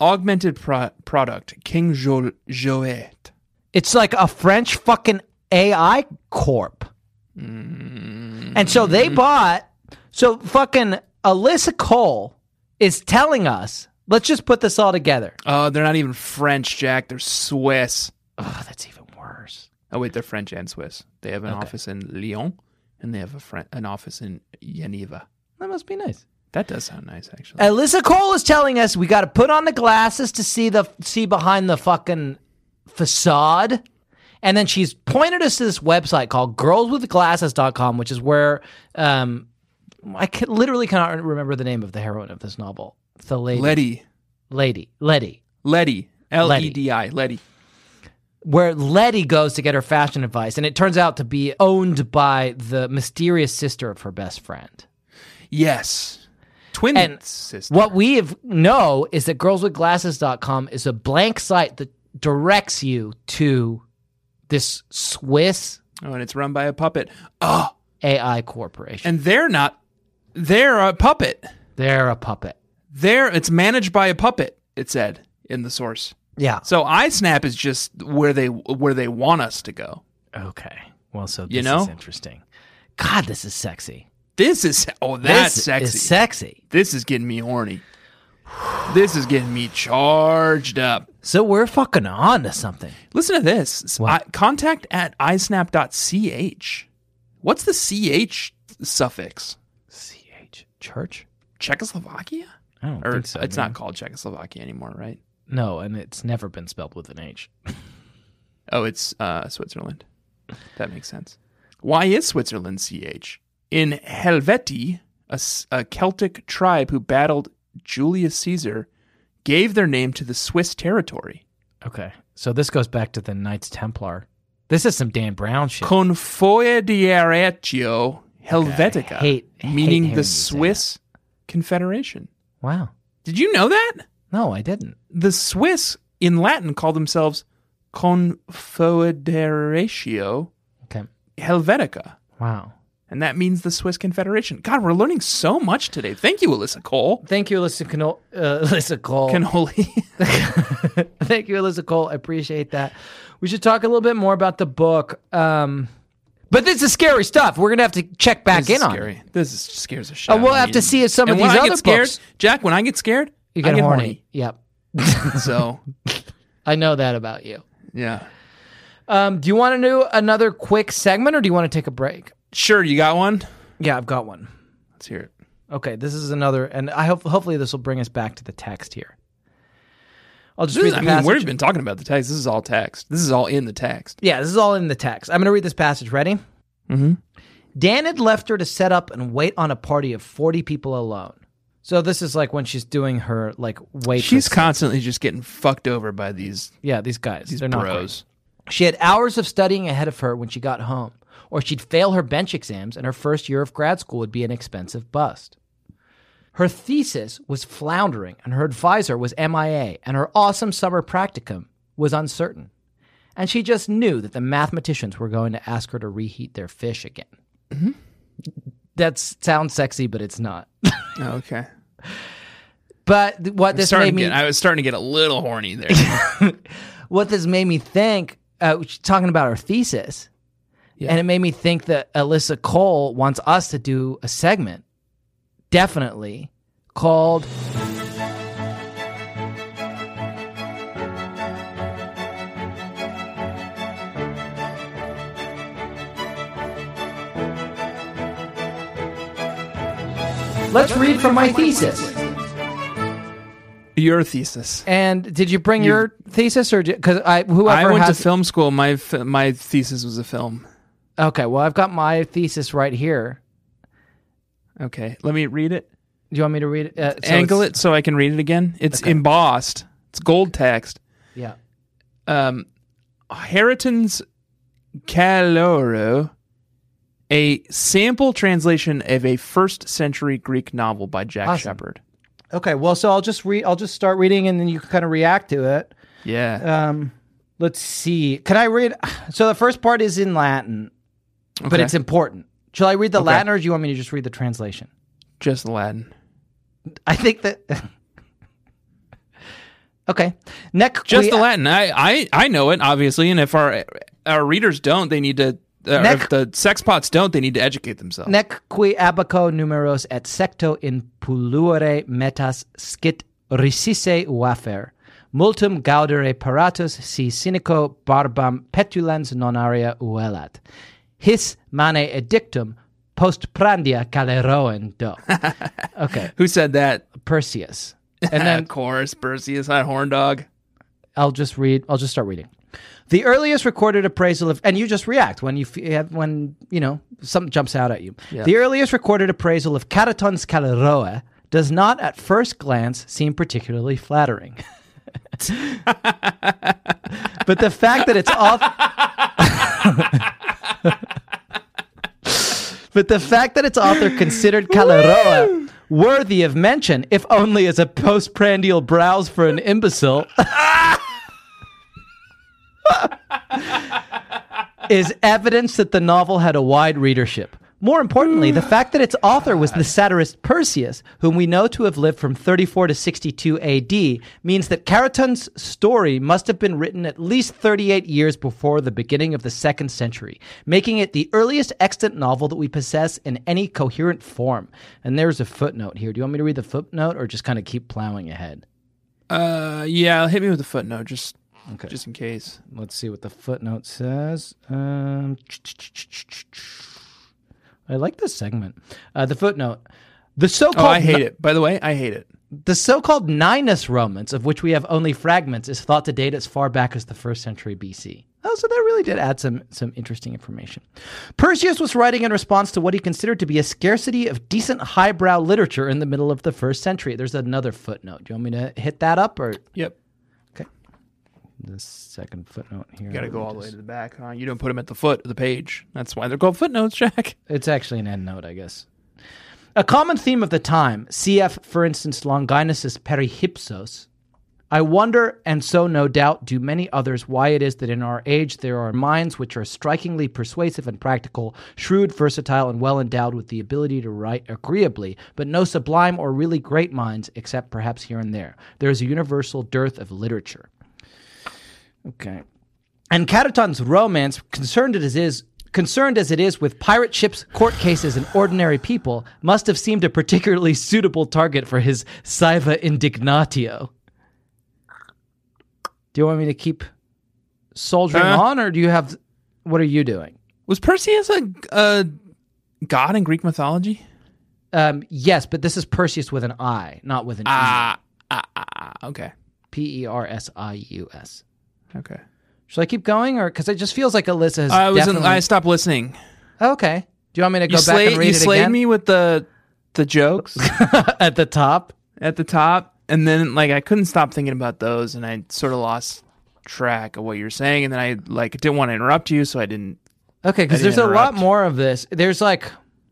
Speaker 3: Augmented pro- product King Jo- Joet.
Speaker 2: It's like a French fucking AI corp. And so they bought. So fucking Alyssa Cole is telling us. Let's just put this all together.
Speaker 3: Oh, they're not even French, Jack. They're Swiss.
Speaker 2: Oh, that's even worse.
Speaker 3: Oh wait, they're French and Swiss. They have an office in Lyon and they have a Fran- an office in Geneva.
Speaker 2: That must be nice.
Speaker 3: That does sound nice actually.
Speaker 2: Alyssa Cole is telling us we got to put on the glasses to see the see behind the fucking facade. And then she's pointed us to this website called girlswithglasses.com, which is where um, I can, literally cannot remember the name of the heroine of this novel. The lady.
Speaker 3: Letty.
Speaker 2: lady. Letty.
Speaker 3: Letty. L E D I. Letty.
Speaker 2: where Letty goes to get her fashion advice, and it turns out to be owned by the mysterious sister of her best friend.
Speaker 3: Yes. Twin
Speaker 2: And
Speaker 3: sister.
Speaker 2: What we have know is that girlswithglasses.com is a blank site that directs you to this Swiss
Speaker 3: Oh, and it's run by a puppet. Oh,
Speaker 2: AI corporation.
Speaker 3: and they're not. They're a puppet.
Speaker 2: They're a puppet.
Speaker 3: They're it's managed by a puppet. It said in the source.
Speaker 2: Yeah.
Speaker 3: So iSnap is just where they where they want us to go.
Speaker 2: Okay. Well, so this
Speaker 3: You know?
Speaker 2: is interesting. God, this is sexy.
Speaker 3: This is oh that's
Speaker 2: this
Speaker 3: sexy.
Speaker 2: is sexy.
Speaker 3: this is getting me horny. this is getting me charged up.
Speaker 2: So we're fucking on to something.
Speaker 3: Listen to this. I,
Speaker 2: What?
Speaker 3: contact at isnap.ch. What's the ch suffix?
Speaker 2: CH Church?
Speaker 3: Czechoslovakia?
Speaker 2: I don't
Speaker 3: Or
Speaker 2: think so.
Speaker 3: it's
Speaker 2: man.
Speaker 3: not called Czechoslovakia anymore, right?
Speaker 2: No, and it's never been spelled with an H.
Speaker 3: Oh, it's uh, Switzerland. That makes sense. Why is Switzerland ch? In Helvetii, a, s- a Celtic tribe who battled Julius Caesar gave their name to the Swiss territory.
Speaker 2: Okay. So this goes back to the Knights Templar. This is some Dan Brown shit.
Speaker 3: Confoederatio Helvetica,
Speaker 2: hate- hate
Speaker 3: meaning
Speaker 2: hearing you
Speaker 3: the
Speaker 2: say
Speaker 3: Swiss Confederation.
Speaker 2: Wow.
Speaker 3: Did you know that?
Speaker 2: No, I didn't.
Speaker 3: The Swiss in Latin call themselves Confoederatio
Speaker 2: Okay.
Speaker 3: Helvetica.
Speaker 2: Wow.
Speaker 3: And that means the Swiss Confederation. God, we're learning so much today. Thank you, Alyssa Cole.
Speaker 2: Thank you, Alyssa, Cano- uh, Alyssa Cole.
Speaker 3: Canoli.
Speaker 2: Thank you, Alyssa Cole. I appreciate that. We should talk a little bit more about the book. Um, but this is scary stuff. We're going to have to check back
Speaker 3: This is
Speaker 2: in on
Speaker 3: scary.
Speaker 2: it.
Speaker 3: This is scares the shit.
Speaker 2: Uh,
Speaker 3: out of
Speaker 2: we'll
Speaker 3: me.
Speaker 2: have to see if some of
Speaker 3: And when
Speaker 2: these
Speaker 3: I get
Speaker 2: other
Speaker 3: scared,
Speaker 2: books-
Speaker 3: Jack, when I get scared,
Speaker 2: You get,
Speaker 3: I get
Speaker 2: horny.
Speaker 3: horny.
Speaker 2: Yep.
Speaker 3: So,
Speaker 2: I know that about you.
Speaker 3: yeah.
Speaker 2: Um, do you want to do another quick segment or do you want to take a break?
Speaker 3: Sure, you got one?
Speaker 2: Yeah, I've got one.
Speaker 3: Let's hear it.
Speaker 2: Okay, this is another, and I hope hopefully this will bring us back to the text here. I'll just
Speaker 3: This
Speaker 2: read
Speaker 3: is,
Speaker 2: the
Speaker 3: I mean,
Speaker 2: passage.
Speaker 3: we've been talking about the text. This is all text. This is all in the text.
Speaker 2: yeah, this is all in the text. I'm going to read this passage. Ready? Mm-hmm. Dan had left her to set up and wait on a party of 40 people alone. So this is like when she's doing her like waitress.
Speaker 3: She's constantly just getting fucked over by these
Speaker 2: yeah, these guys.
Speaker 3: these
Speaker 2: They're not great.
Speaker 3: bros.
Speaker 2: She had hours of studying ahead of her when she got home, or she'd fail her bench exams and her first year of grad school would be an expensive bust. Her thesis was floundering and her advisor was MIA and her awesome summer practicum was uncertain. And she just knew that the mathematicians were going to ask her to reheat their fish again.
Speaker 3: Mm-hmm.
Speaker 2: That sounds sexy, but it's not.
Speaker 3: Oh, okay.
Speaker 2: But th- what this made
Speaker 3: Starting
Speaker 2: me
Speaker 3: to get, I was starting to get a little horny there.
Speaker 2: what this made me think, uh, she's talking about her thesis,
Speaker 3: Yeah.
Speaker 2: and it made me think that Alyssa Cole wants us to do a segment, definitely called. Let's read from my thesis.
Speaker 3: Your thesis.
Speaker 2: And did you bring your thesis, or because I whoever
Speaker 3: I went to
Speaker 2: has,
Speaker 3: film school. My f- my thesis was a film.
Speaker 2: Okay, well, I've got my thesis right here.
Speaker 3: Okay, let me read it.
Speaker 2: Do you want me to read it? Uh, so
Speaker 3: Angle
Speaker 2: it's-
Speaker 3: it so I can read it again. It's embossed. It's gold text.
Speaker 2: Yeah.
Speaker 3: um, Hariton's Caloro, a sample translation of a first century Greek novel by Jack
Speaker 2: Awesome.
Speaker 3: Shepherd.
Speaker 2: Okay. Well, so I'll just read. I'll just start reading, and then you can kind of react to it.
Speaker 3: Yeah.
Speaker 2: Um, let's see. Can I read? So the first part is in Latin, but
Speaker 3: Okay.
Speaker 2: it's important. Shall I read the Latin, or do you want me to just read the translation?
Speaker 3: Just Latin.
Speaker 2: I think that. okay. Nec
Speaker 3: Just
Speaker 2: qui-
Speaker 3: the Latin. I, I, I know it, obviously. And if our our readers don't, they need to. Uh,
Speaker 2: Nec-
Speaker 3: if the sexpots don't, they need to educate themselves.
Speaker 2: Nec qui abaco numeros et secto in pulluere metas scit risisse uafer. Multum gaudere paratus si sinico barbam petulans nonaria uelat. His mane edictum post prandia caleroen do. Okay,
Speaker 3: Who said that?
Speaker 2: Perseus. And
Speaker 3: And
Speaker 2: then
Speaker 3: of course, Perseus, that horn dog.
Speaker 2: I'll just read. I'll just start reading. The earliest recorded appraisal of, and you just react when you f- have when you know something jumps out at you. The earliest recorded appraisal of Cataton's Caleroa does not, at first glance, seem particularly flattering. but the fact that it's off. But the fact that its author considered Caleroa worthy of mention, if only as a postprandial browse for an imbecile, is evidence that the novel had a wide readership. More importantly, the fact that its author was the satirist Perseus, whom we know to have lived from 34 to 62 AD, means that Caraton's story must have been written at least 38 years before the beginning of the second century, making it the earliest extant novel that we possess in any coherent form. And there's a footnote here. Do you want me to read the footnote or just kind of keep plowing ahead?
Speaker 3: Uh, yeah, hit me with a footnote just, just in case.
Speaker 2: Let's see what the footnote says. Um, I like this segment. Uh, the footnote. The
Speaker 3: Oh,
Speaker 2: so-called
Speaker 3: I hate it. By the way, I hate it.
Speaker 2: the so-called Ninus romance, of which we have only fragments, is thought to date as far back as the first century BC. Oh, so that really did add some some interesting information. Perseus was writing in response to what he considered to be a scarcity of decent highbrow literature in the middle of the first century. There's another footnote. Do you want me to hit that up or
Speaker 3: Yep.
Speaker 2: the second footnote here?
Speaker 3: You gotta go all the way to the back, huh? You don't put them at the foot of the page. That's why they're called footnotes, Jack.
Speaker 2: It's actually an endnote, I guess. A common theme of the time, cf, for instance, Longinus's Perihypsos. I wonder, and so no doubt do many others, why it is that in our age there are minds which are strikingly persuasive and practical, shrewd, versatile, and well endowed with the ability to write agreeably, but no sublime or really great minds, except perhaps here and there. There is a universal dearth of literature. Okay. And Cataton's romance, concerned as it is concerned as it is with pirate ships, court cases, and ordinary people, must have seemed a particularly suitable target for his Saiva indignatio. Do you want me to keep soldiering
Speaker 3: Uh.
Speaker 2: on, or do you have? What are you doing?
Speaker 3: Was Perseus a, a god in Greek mythology?
Speaker 2: Um, yes, but this is Perseus with an I, not with an E.
Speaker 3: Ah, ah, ah, ah, okay,
Speaker 2: P E R S I U S.
Speaker 3: okay.
Speaker 2: Should I keep going, or because it just feels like Alyssa has
Speaker 3: I was in,
Speaker 2: definitely.
Speaker 3: I stopped listening.
Speaker 2: okay. Do you want me to go
Speaker 3: You
Speaker 2: back
Speaker 3: slayed
Speaker 2: and read
Speaker 3: you
Speaker 2: it
Speaker 3: slayed
Speaker 2: again?
Speaker 3: me with the the jokes
Speaker 2: at the top.
Speaker 3: at the top, and then like I couldn't stop thinking about those, and I sort of lost track of what you were saying, and then I like didn't want to interrupt you, so I didn't.
Speaker 2: Okay, because
Speaker 3: didn't
Speaker 2: there's a lot
Speaker 3: interrupt.
Speaker 2: more of this. There's like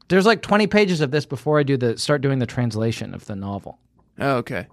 Speaker 2: there's like 20 pages of this before I do the start doing the translation of the novel.
Speaker 3: Oh, okay.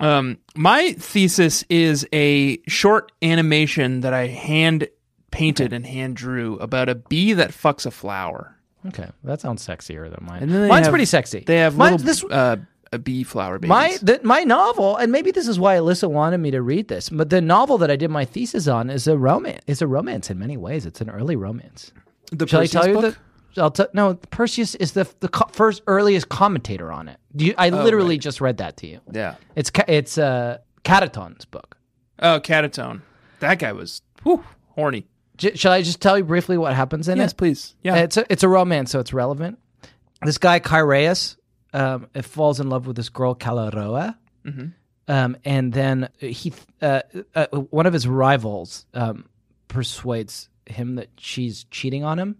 Speaker 3: Um, my thesis is a short animation that I hand painted and hand drew about a bee that fucks a flower.
Speaker 2: Okay, that sounds sexier than mine.
Speaker 3: And then they
Speaker 2: Mine's
Speaker 3: have-
Speaker 2: pretty sexy.
Speaker 3: They have
Speaker 2: Mine's
Speaker 3: little
Speaker 2: this
Speaker 3: uh, a bee flower babies.
Speaker 2: my th- my novel, and maybe this is why Alyssa wanted me to read this. But the novel that I did my thesis on is a romance. Is a romance in many ways. It's an early romance.
Speaker 3: the
Speaker 2: Shall
Speaker 3: Perseus
Speaker 2: I tell you
Speaker 3: book?
Speaker 2: the? I'll t- no, Perseus is the the co- first earliest commentator on it. Do you, I
Speaker 3: Oh,
Speaker 2: literally just read that to you.
Speaker 3: Yeah.
Speaker 2: It's ca- it's uh, Cataton's book.
Speaker 3: Oh, Catatone. That guy was whew, horny.
Speaker 2: J- shall I just tell you briefly what happens in
Speaker 3: Yes,
Speaker 2: it?
Speaker 3: please. Yeah.
Speaker 2: It's a, it's a romance, so it's relevant. This guy Kyraeus um, it falls in love with this girl Calaroa,
Speaker 3: Mm-hmm.
Speaker 2: um, and then he uh, uh, one of his rivals um, persuades him that she's cheating on him.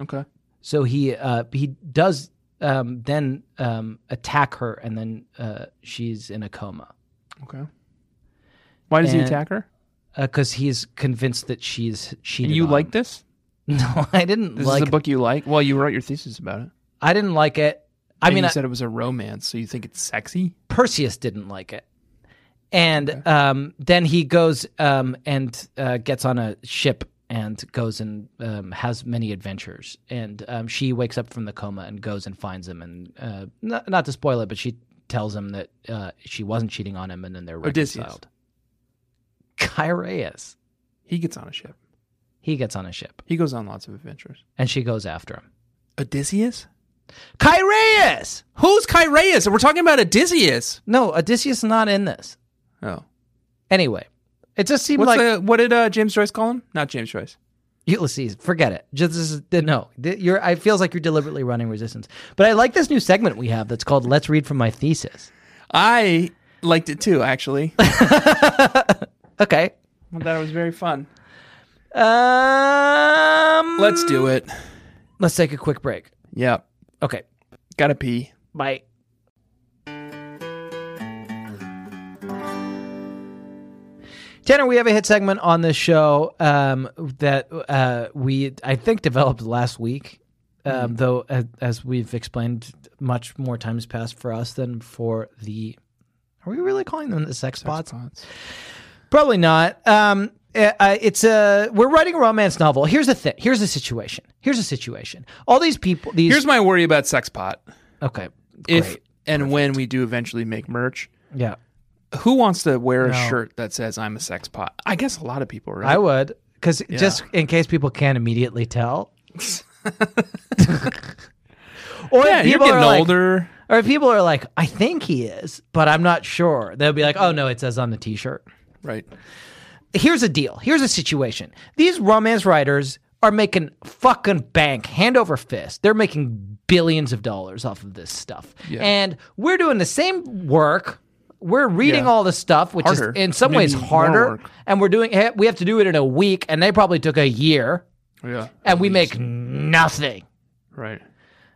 Speaker 3: okay.
Speaker 2: So he uh, he does um, then um, attack her, and then uh, she's in a coma
Speaker 3: Okay. Why does he
Speaker 2: And-
Speaker 3: attack her?
Speaker 2: because uh, he's convinced that she's cheating.
Speaker 3: You like this?
Speaker 2: No, I didn't
Speaker 3: This
Speaker 2: like.
Speaker 3: is a book you like? Well, you wrote your thesis about it.
Speaker 2: I didn't like it. I
Speaker 3: And
Speaker 2: mean,
Speaker 3: you
Speaker 2: I-
Speaker 3: said it was a romance, so you think it's sexy?
Speaker 2: Perseus didn't like it. And um, then he goes um, and uh, gets on a ship and goes and um, has many adventures. And um, she wakes up from the coma and goes and finds him. And uh, not, not to spoil it, but she tells him that uh, she wasn't cheating on him and then they're
Speaker 3: Odysseus.
Speaker 2: reconciled. Kyraeus.
Speaker 3: He gets on a ship.
Speaker 2: He gets on a ship
Speaker 3: He goes on lots of adventures.
Speaker 2: and she goes after him.
Speaker 3: Odysseus?
Speaker 2: Kyraeus!
Speaker 3: Who's Kyraeus? We're talking about Odysseus.
Speaker 2: No, Odysseus is not in this.
Speaker 3: Oh.
Speaker 2: Anyway, it just seemed like.
Speaker 3: What's the, what did uh, James Joyce call him? Not James Joyce.
Speaker 2: Ulysses, forget it. Just this is, no, Th- you're. I feels like you're deliberately running resistance. But I like this new segment we have that's called "Let's Read from My Thesis."
Speaker 3: I liked it too, actually. I
Speaker 2: Okay,
Speaker 3: thought it was very fun.
Speaker 2: um,
Speaker 3: Let's do it.
Speaker 2: let's take a quick break.
Speaker 3: Yep.
Speaker 2: Okay,
Speaker 3: Gotta pee.
Speaker 2: bye. Tanner, we have a hit segment on this show um, that uh, we I think developed last week.
Speaker 3: Mm-hmm.
Speaker 2: Um, Though, as, as we've explained, much more time has passed for us than for the. Are we really calling them the sex, bots? Probably not. Um, uh, uh, it's a we're writing a romance novel. Here's the thing. Here's the situation. Here's the situation. All these people. These
Speaker 3: Here's my worry about Sexpot.
Speaker 2: okay.
Speaker 3: If
Speaker 2: great.
Speaker 3: and when we do eventually make merch,
Speaker 2: yeah,
Speaker 3: who wants to wear
Speaker 2: No.
Speaker 3: a shirt that says "I'm a sex pot"? I guess a lot of people, right?
Speaker 2: I would because just in case people can't immediately tell. or
Speaker 3: yeah,
Speaker 2: if
Speaker 3: you're
Speaker 2: people
Speaker 3: getting
Speaker 2: are like-
Speaker 3: older.
Speaker 2: or if people are like, I think he is, but I'm not sure. They'll be like, Oh no, it says on the T-shirt.
Speaker 3: Right.
Speaker 2: here's a deal. Here's a situation. These romance writers are making fucking bank hand over fist. They're making billions of dollars off of this stuff.
Speaker 3: Yeah.
Speaker 2: And we're doing the same work. We're reading
Speaker 3: Yeah.
Speaker 2: all the stuff, which
Speaker 3: Harder.
Speaker 2: is in some
Speaker 3: Maybe
Speaker 2: ways
Speaker 3: more
Speaker 2: harder.
Speaker 3: work.
Speaker 2: And we're doing eh, we have to do it in a week, and they probably took a year,
Speaker 3: Yeah.
Speaker 2: and we make nothing.
Speaker 3: Right.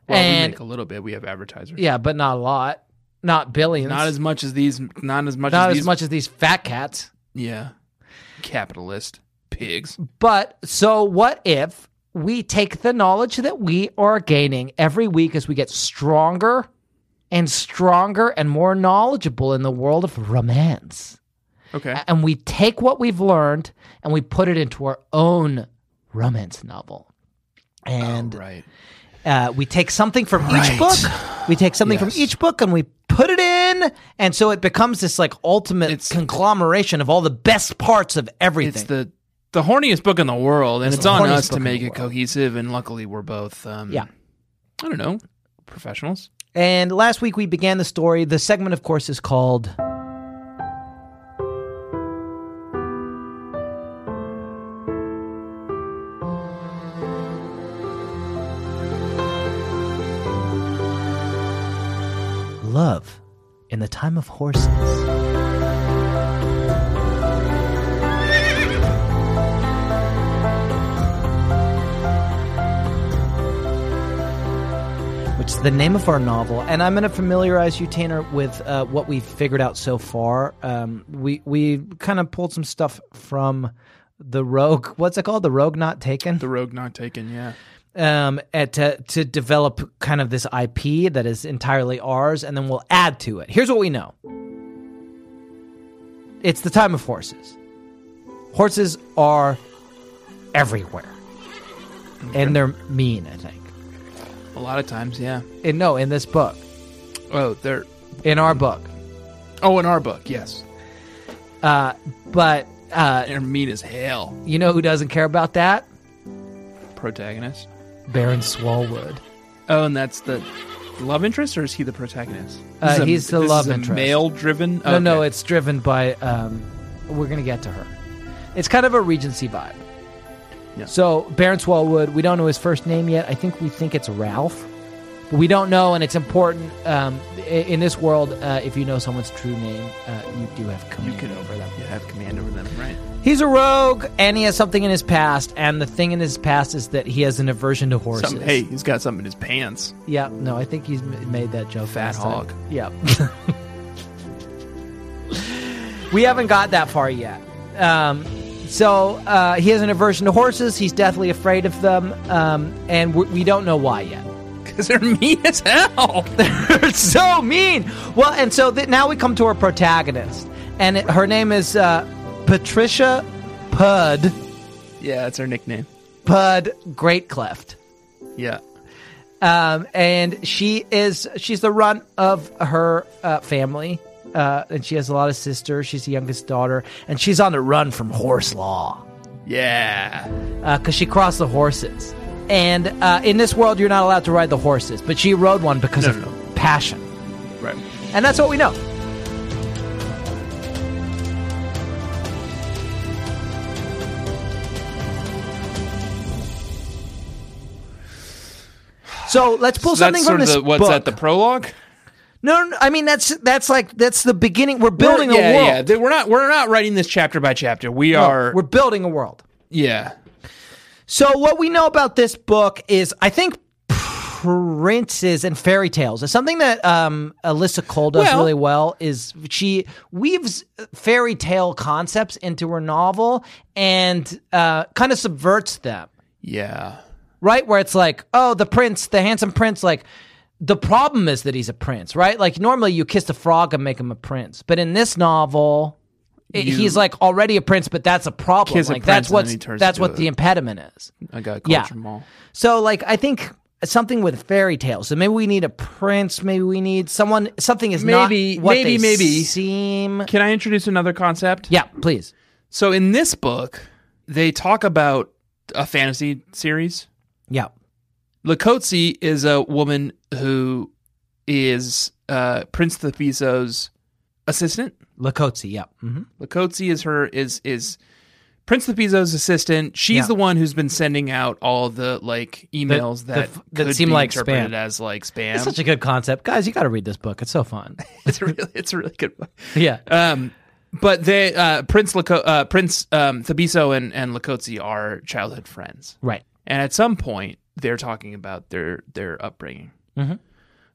Speaker 3: Well,
Speaker 2: And-
Speaker 3: we make a little bit. We have advertisers.
Speaker 2: Yeah, but not a lot. Not billions.
Speaker 3: Not as much as these. Not as much.
Speaker 2: not
Speaker 3: as,
Speaker 2: as
Speaker 3: these,
Speaker 2: much as these fat cats.
Speaker 3: Yeah. Capitalist pigs.
Speaker 2: But so what if we take the knowledge that we are gaining every week as we get stronger and stronger and more knowledgeable in the world of romance
Speaker 3: Okay.
Speaker 2: and we take what we've learned and we put it into our own romance novel. And
Speaker 3: right.
Speaker 2: uh, we take something from each
Speaker 3: Right.
Speaker 2: book. We take something
Speaker 3: Yes.
Speaker 2: from each book and we put it in, and so it becomes this like ultimate
Speaker 3: It's-
Speaker 2: conglomeration of all the best parts of everything.
Speaker 3: It's the the horniest book in the world, and it's,
Speaker 2: the
Speaker 3: on
Speaker 2: horniest
Speaker 3: us
Speaker 2: book
Speaker 3: to
Speaker 2: in
Speaker 3: make
Speaker 2: the
Speaker 3: it
Speaker 2: world.
Speaker 3: cohesive. And luckily, we're both. Um,
Speaker 2: Yeah.
Speaker 3: I don't know. Professionals.
Speaker 2: And last week we began the story. The segment, of course, is called. Love in the Time of Horses. which is the name of our novel. And I'm going to familiarize you, Tanner, with uh, what we've figured out so far. Um, we we kind of pulled some stuff from the Rogue. What's it called? The Rogue Not Taken.
Speaker 3: The Rogue Not Taken, yeah.
Speaker 2: um, at, to, to develop kind of this IP that is entirely ours, and then we'll add to it. Here's what we know it's the time of horses. Horses are everywhere, and they're mean, I think.
Speaker 3: A lot of times, yeah.
Speaker 2: And no, in this book,
Speaker 3: Oh, they're
Speaker 2: in our book.
Speaker 3: oh, in our book, yes.
Speaker 2: Uh, but uh,
Speaker 3: They're mean as hell.
Speaker 2: you know who doesn't care about that?
Speaker 3: Protagonist.
Speaker 2: Baron Swalwood.
Speaker 3: Oh, and that's the love interest, or is he the protagonist?
Speaker 2: Uh,
Speaker 3: This is
Speaker 2: he's the
Speaker 3: this
Speaker 2: love
Speaker 3: is a
Speaker 2: interest.
Speaker 3: Male-driven.
Speaker 2: No, no,
Speaker 3: Okay.
Speaker 2: it's driven by. Um, we're gonna get to her. It's kind of a Regency vibe.
Speaker 3: Yeah.
Speaker 2: So Baron Swalwood, we don't know his first name yet. I think we think it's Ralph, but we don't know, and it's important um, i- in this world. Uh, if you know someone's true name, uh, you do have command
Speaker 3: you can
Speaker 2: over
Speaker 3: over
Speaker 2: them.
Speaker 3: them. You have command over them, right?
Speaker 2: He's a rogue, and he has something in his past. And the thing in his past is that he has an aversion to horses.
Speaker 3: Some, hey, he's got something in his pants.
Speaker 2: Yeah, no, I think he's m- made that joke.
Speaker 3: Fat
Speaker 2: last time.
Speaker 3: hog.
Speaker 2: Yeah. we haven't got that far yet. Um, so uh, he has an aversion to horses. He's deathly afraid of them, um, and we we don't know why yet.
Speaker 3: Because they're mean as hell.
Speaker 2: They're so mean. Well, and so th- now we come to our protagonist, and it, her name is uh, Patricia Pud
Speaker 3: yeah, that's her nickname.
Speaker 2: Pud Greatcleft.
Speaker 3: Yeah.
Speaker 2: um, and she is she's the runt of her uh, family uh, and she has a lot of sisters she's the youngest daughter and she's on the run from horse law
Speaker 3: Yeah.
Speaker 2: because she crossed the horses and uh, in this world you're not allowed to ride the horses but she rode one because
Speaker 3: No,
Speaker 2: of
Speaker 3: no,
Speaker 2: passion
Speaker 3: Right.
Speaker 2: and that's what we know So let's pull
Speaker 3: So
Speaker 2: something
Speaker 3: that's
Speaker 2: from
Speaker 3: sort of
Speaker 2: this
Speaker 3: the, what's
Speaker 2: book.
Speaker 3: that? The prologue.
Speaker 2: No, no, I mean that's that's like that's the beginning. We're building
Speaker 3: We're- yeah,
Speaker 2: a world.
Speaker 3: Yeah, They- we're not we're not writing this chapter by chapter. We
Speaker 2: No,
Speaker 3: are.
Speaker 2: we're building a world.
Speaker 3: yeah.
Speaker 2: So what we know about this book is, I think, princes and fairy tales is something that um, Alyssa Cole does
Speaker 3: Well-
Speaker 2: really well. Is she weaves uh, fairy tale concepts into her novel and uh, kind of subverts them.
Speaker 3: Yeah.
Speaker 2: right? Where it's like, oh, the prince, the handsome prince, like the problem is that he's a prince, right? Like normally you kiss the frog and make him a prince, but in this novel, it,
Speaker 3: You-
Speaker 2: he's like already a prince, but that's a problem.
Speaker 3: Kiss a
Speaker 2: Like
Speaker 3: prince
Speaker 2: that's
Speaker 3: and
Speaker 2: what's
Speaker 3: then he turns
Speaker 2: that's
Speaker 3: into
Speaker 2: what
Speaker 3: a-
Speaker 2: the impediment is.
Speaker 3: I got
Speaker 2: Yeah.
Speaker 3: culture mall.
Speaker 2: So like I think something with fairy tales. So maybe we need a prince. Maybe we need someone. Something is
Speaker 3: Maybe-
Speaker 2: not what
Speaker 3: maybe-
Speaker 2: they
Speaker 3: maybe.
Speaker 2: seem.
Speaker 3: Can I introduce another concept?
Speaker 2: Yeah, please.
Speaker 3: So in this book, they talk about a fantasy series.
Speaker 2: Yeah.
Speaker 3: Lakotsi is a woman who is uh, Prince Thepiso's assistant.
Speaker 2: Lakotsi, yeah. hmm
Speaker 3: Lakotsi is her is is Prince Lepizo's assistant. She's
Speaker 2: Yeah.
Speaker 3: the one who's been sending out all the like emails
Speaker 2: the
Speaker 3: that
Speaker 2: f- that
Speaker 3: could
Speaker 2: seem
Speaker 3: be
Speaker 2: like
Speaker 3: interpreted
Speaker 2: spam.
Speaker 3: as like spam.
Speaker 2: It's such a good concept. Guys, you got to read this book. It's so fun.
Speaker 3: it's a really it's a really good one.
Speaker 2: Yeah.
Speaker 3: Um, but they uh, Prince Laco- uh, Prince um, Thebiso and and Lakotsi are childhood friends,
Speaker 2: Right.
Speaker 3: and at some point they're talking about their their upbringing.
Speaker 2: Mhm.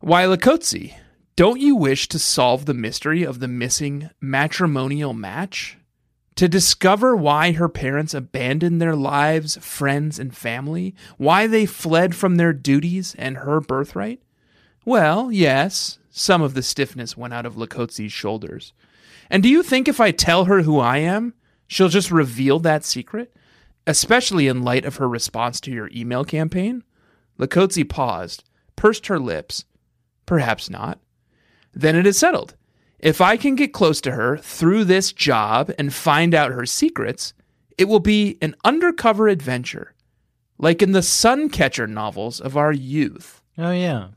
Speaker 3: Why Lakotsi? Don't you wish to solve the mystery of the missing matrimonial match? To discover why her parents abandoned their lives, friends, and family? Why they fled from their duties and her birthright? Well, yes, some of the stiffness went out of Lakotsi's shoulders. And do you think if I tell her who I am, she'll just reveal that secret? Especially in light of her response to your email campaign? Lakotsi paused, pursed her lips. Perhaps not. Then it is settled. If I can get close to her through this job and find out her secrets, it will be an undercover adventure, like in the Suncatcher novels of our youth.
Speaker 2: Oh, yeah.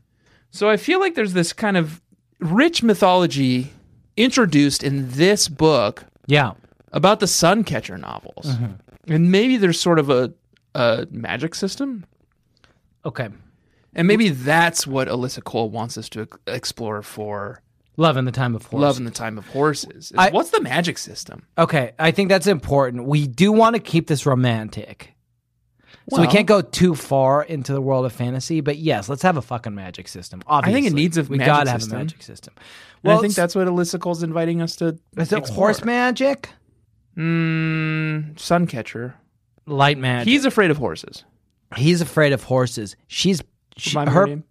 Speaker 3: So I feel like there's this kind of rich mythology introduced in this book
Speaker 2: Yeah.
Speaker 3: about the Suncatcher novels.
Speaker 2: Mm-hmm.
Speaker 3: And maybe there's sort of a, a magic system.
Speaker 2: Okay.
Speaker 3: And maybe that's what Alyssa Cole wants us to ex- explore for
Speaker 2: Love in the time of horse.
Speaker 3: Love in the Time of Horses. is
Speaker 2: I-
Speaker 3: what's the magic system?
Speaker 2: Okay, I think that's important. We do want to keep this romantic. So we can't go too far into the world of fantasy, but yes, let's have a fucking magic system.
Speaker 3: it
Speaker 2: Obviously,
Speaker 3: needs a
Speaker 2: we
Speaker 3: magic
Speaker 2: gotta have
Speaker 3: system.
Speaker 2: a magic system.
Speaker 3: And
Speaker 2: Well,
Speaker 3: I think that's what Elysicle's inviting us to.
Speaker 2: is it
Speaker 3: explore.
Speaker 2: horse magic,
Speaker 3: Mm, Suncatcher.
Speaker 2: light magic.
Speaker 3: He's afraid of horses.
Speaker 2: he's afraid of horses. She's she,
Speaker 3: Remind me
Speaker 2: her
Speaker 3: her name.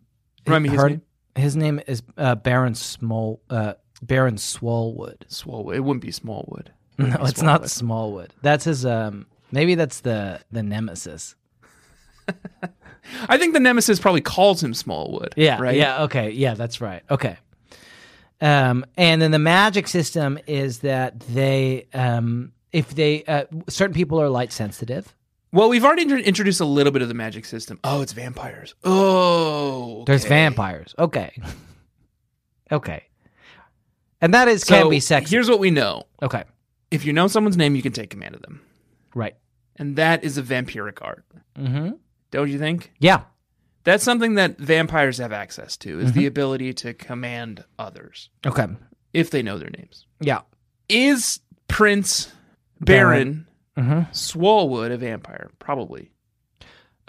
Speaker 3: Remind me his
Speaker 2: her-
Speaker 3: name.
Speaker 2: his name is uh, Baron Small uh, Baron Swallwood.
Speaker 3: Smallwood. It wouldn't be Smallwood.
Speaker 2: No, it's not Smallwood. That's his. Um, maybe that's the the nemesis.
Speaker 3: I think the nemesis probably calls him Smallwood.
Speaker 2: Yeah.
Speaker 3: Right.
Speaker 2: Yeah. Okay. Yeah. That's right. Okay. Um, and then the magic system is that they, um, if they, uh, certain people are light sensitive.
Speaker 3: Well, we've already intro- introduced a little bit of the magic system. Oh, it's vampires. Oh,
Speaker 2: There's
Speaker 3: okay.
Speaker 2: vampires. Okay. okay. And that is
Speaker 3: So
Speaker 2: can be sexy.
Speaker 3: Here's what we know:
Speaker 2: okay.
Speaker 3: if you know someone's name, you can take command of them,
Speaker 2: Right.
Speaker 3: and that is a vampiric art.
Speaker 2: Mm-hmm.
Speaker 3: Don't you think?
Speaker 2: Yeah.
Speaker 3: That's something that vampires have access to: is
Speaker 2: Mm-hmm.
Speaker 3: the ability to command others
Speaker 2: Okay.
Speaker 3: if they know their names.
Speaker 2: Yeah.
Speaker 3: Is Prince Baron,
Speaker 2: Mhm.
Speaker 3: Swallwood a vampire? Probably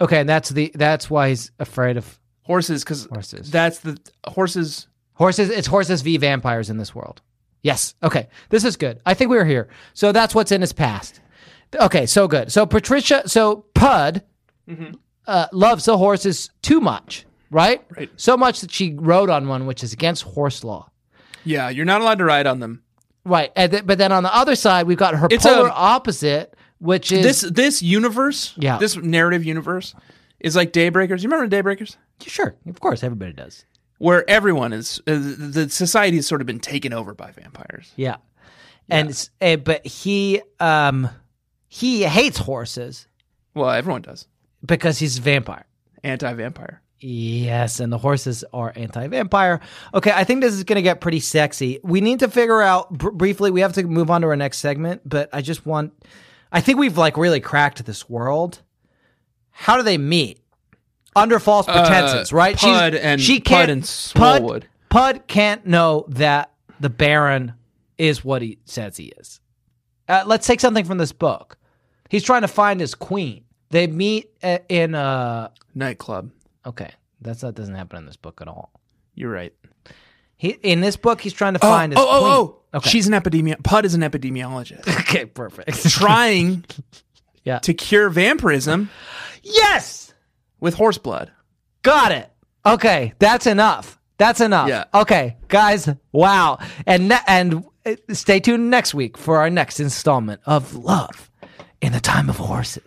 Speaker 2: Okay. And that's the that's why he's afraid of
Speaker 3: horses, because
Speaker 2: Horses.
Speaker 3: that's the horses.
Speaker 2: Horses, it's horses v vampires in this world. Yes. Okay. This is good. I think we were here. So that's what's in his past. Okay. So good. So Patricia, so Pud uh, loves the horses too much, right?
Speaker 3: Right.
Speaker 2: So much that she rode on one, which is against horse law.
Speaker 3: Yeah, you're not allowed to ride on them.
Speaker 2: Right. And th- but then on the other side, we've got her
Speaker 3: It's
Speaker 2: polar
Speaker 3: a-
Speaker 2: opposite, which is.
Speaker 3: this this universe,
Speaker 2: Yeah.
Speaker 3: this narrative universe, is like Daybreakers. You remember Daybreakers,
Speaker 2: sure. Of course. Everybody does.
Speaker 3: where everyone is uh, the society has sort of been taken over by vampires.
Speaker 2: Yeah. And, s- eh, but he, um, he hates horses
Speaker 3: Well, everyone does.
Speaker 2: because he's a vampire.
Speaker 3: Anti-vampire.
Speaker 2: Yes, and the horses are anti-vampire. Okay, I think this is going to get pretty sexy. We need to figure out br- briefly. We have to move on to our next segment, but I just want. I think we've like really cracked this world. How do they meet? Under false pretenses, right?
Speaker 3: Uh, Pud and- Pud and Smallwood.
Speaker 2: Pud, Pud can't know that the Baron is what he says he is. Uh, let's take something from this book. He's trying to find his queen. They meet uh, in uh
Speaker 3: Nightclub.
Speaker 2: Okay, that's that doesn't happen in this book at all.
Speaker 3: You're right.
Speaker 2: He in this book he's trying to find his
Speaker 3: oh, oh,
Speaker 2: queen.
Speaker 3: oh.
Speaker 2: Okay.
Speaker 3: She's an epidemiologist. Pud is an epidemiologist
Speaker 2: okay, perfect.
Speaker 3: trying
Speaker 2: Yeah.
Speaker 3: to cure vampirism
Speaker 2: yes,
Speaker 3: with horse blood.
Speaker 2: got it. Okay, that's enough. That's enough.
Speaker 3: Yeah.
Speaker 2: Okay, guys. Wow. And ne- and uh, stay tuned next week for our next installment of Love in the Time of Horses.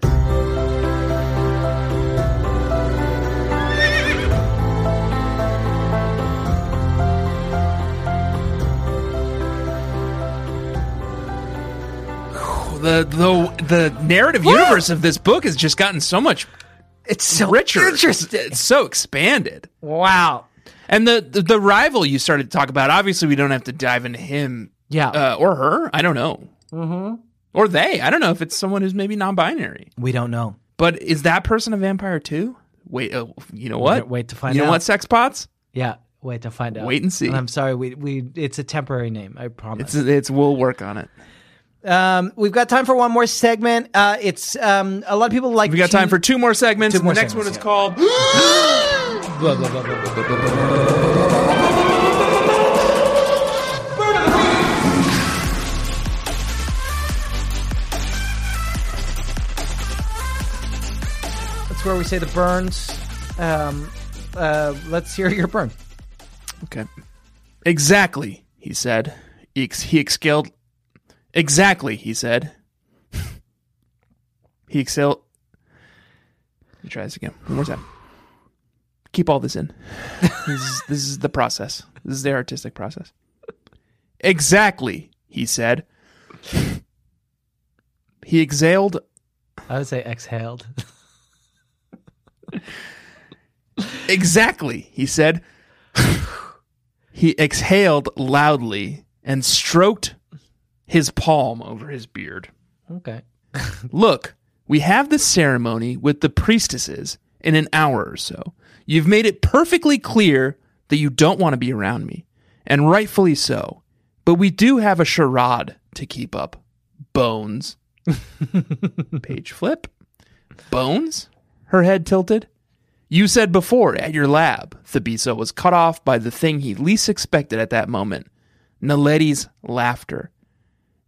Speaker 3: The the the narrative universe of this book has just gotten so much
Speaker 2: It's so
Speaker 3: richer.
Speaker 2: Interesting.
Speaker 3: It's so expanded.
Speaker 2: Wow.
Speaker 3: And the, the the rival you started to talk about, obviously we don't have to dive into him
Speaker 2: Yeah.
Speaker 3: uh, or her. I don't know. Mm-hmm. Or they. I don't know if it's someone who's maybe non-binary.
Speaker 2: we don't know.
Speaker 3: But is that person a vampire too? Wait, uh, you know what?
Speaker 2: Wait- wait to find
Speaker 3: You know
Speaker 2: out.
Speaker 3: what, sex pots?
Speaker 2: Yeah. Wait to find out.
Speaker 3: Wait and see.
Speaker 2: I'm sorry. We we it's a temporary name. I promise.
Speaker 3: It's it's we'll work on it.
Speaker 2: Um, we've got time for one more segment. Uh, it's um, a lot of people like.
Speaker 3: We got
Speaker 2: to-
Speaker 3: time for two more segments.
Speaker 2: Two more
Speaker 3: the next
Speaker 2: segments,
Speaker 3: one is called
Speaker 2: Blah, blah, blah, blah, blah. That's where we say the burns. Um, uh, let's hear your burn.
Speaker 3: Okay. Exactly, he said. Ex- he exhaled. Exactly, he said. he exhaled. Let me try this again. One more time. Keep all this in. this, is, this is the process. This is the artistic process. Exactly, he said. He exhaled.
Speaker 2: I would say exhaled.
Speaker 3: Exactly, he said. he exhaled loudly and stroked his palm over his beard.
Speaker 2: okay.
Speaker 3: Look, we have the ceremony with the priestesses in an hour or so. You've made it perfectly clear that you don't want to be around me, and rightfully so. But we do have a charade to keep up. Bones. Page flip. Bones? her head tilted. You said before at your lab, Thabisa was cut off by the thing he least expected at that moment Naledi's laughter.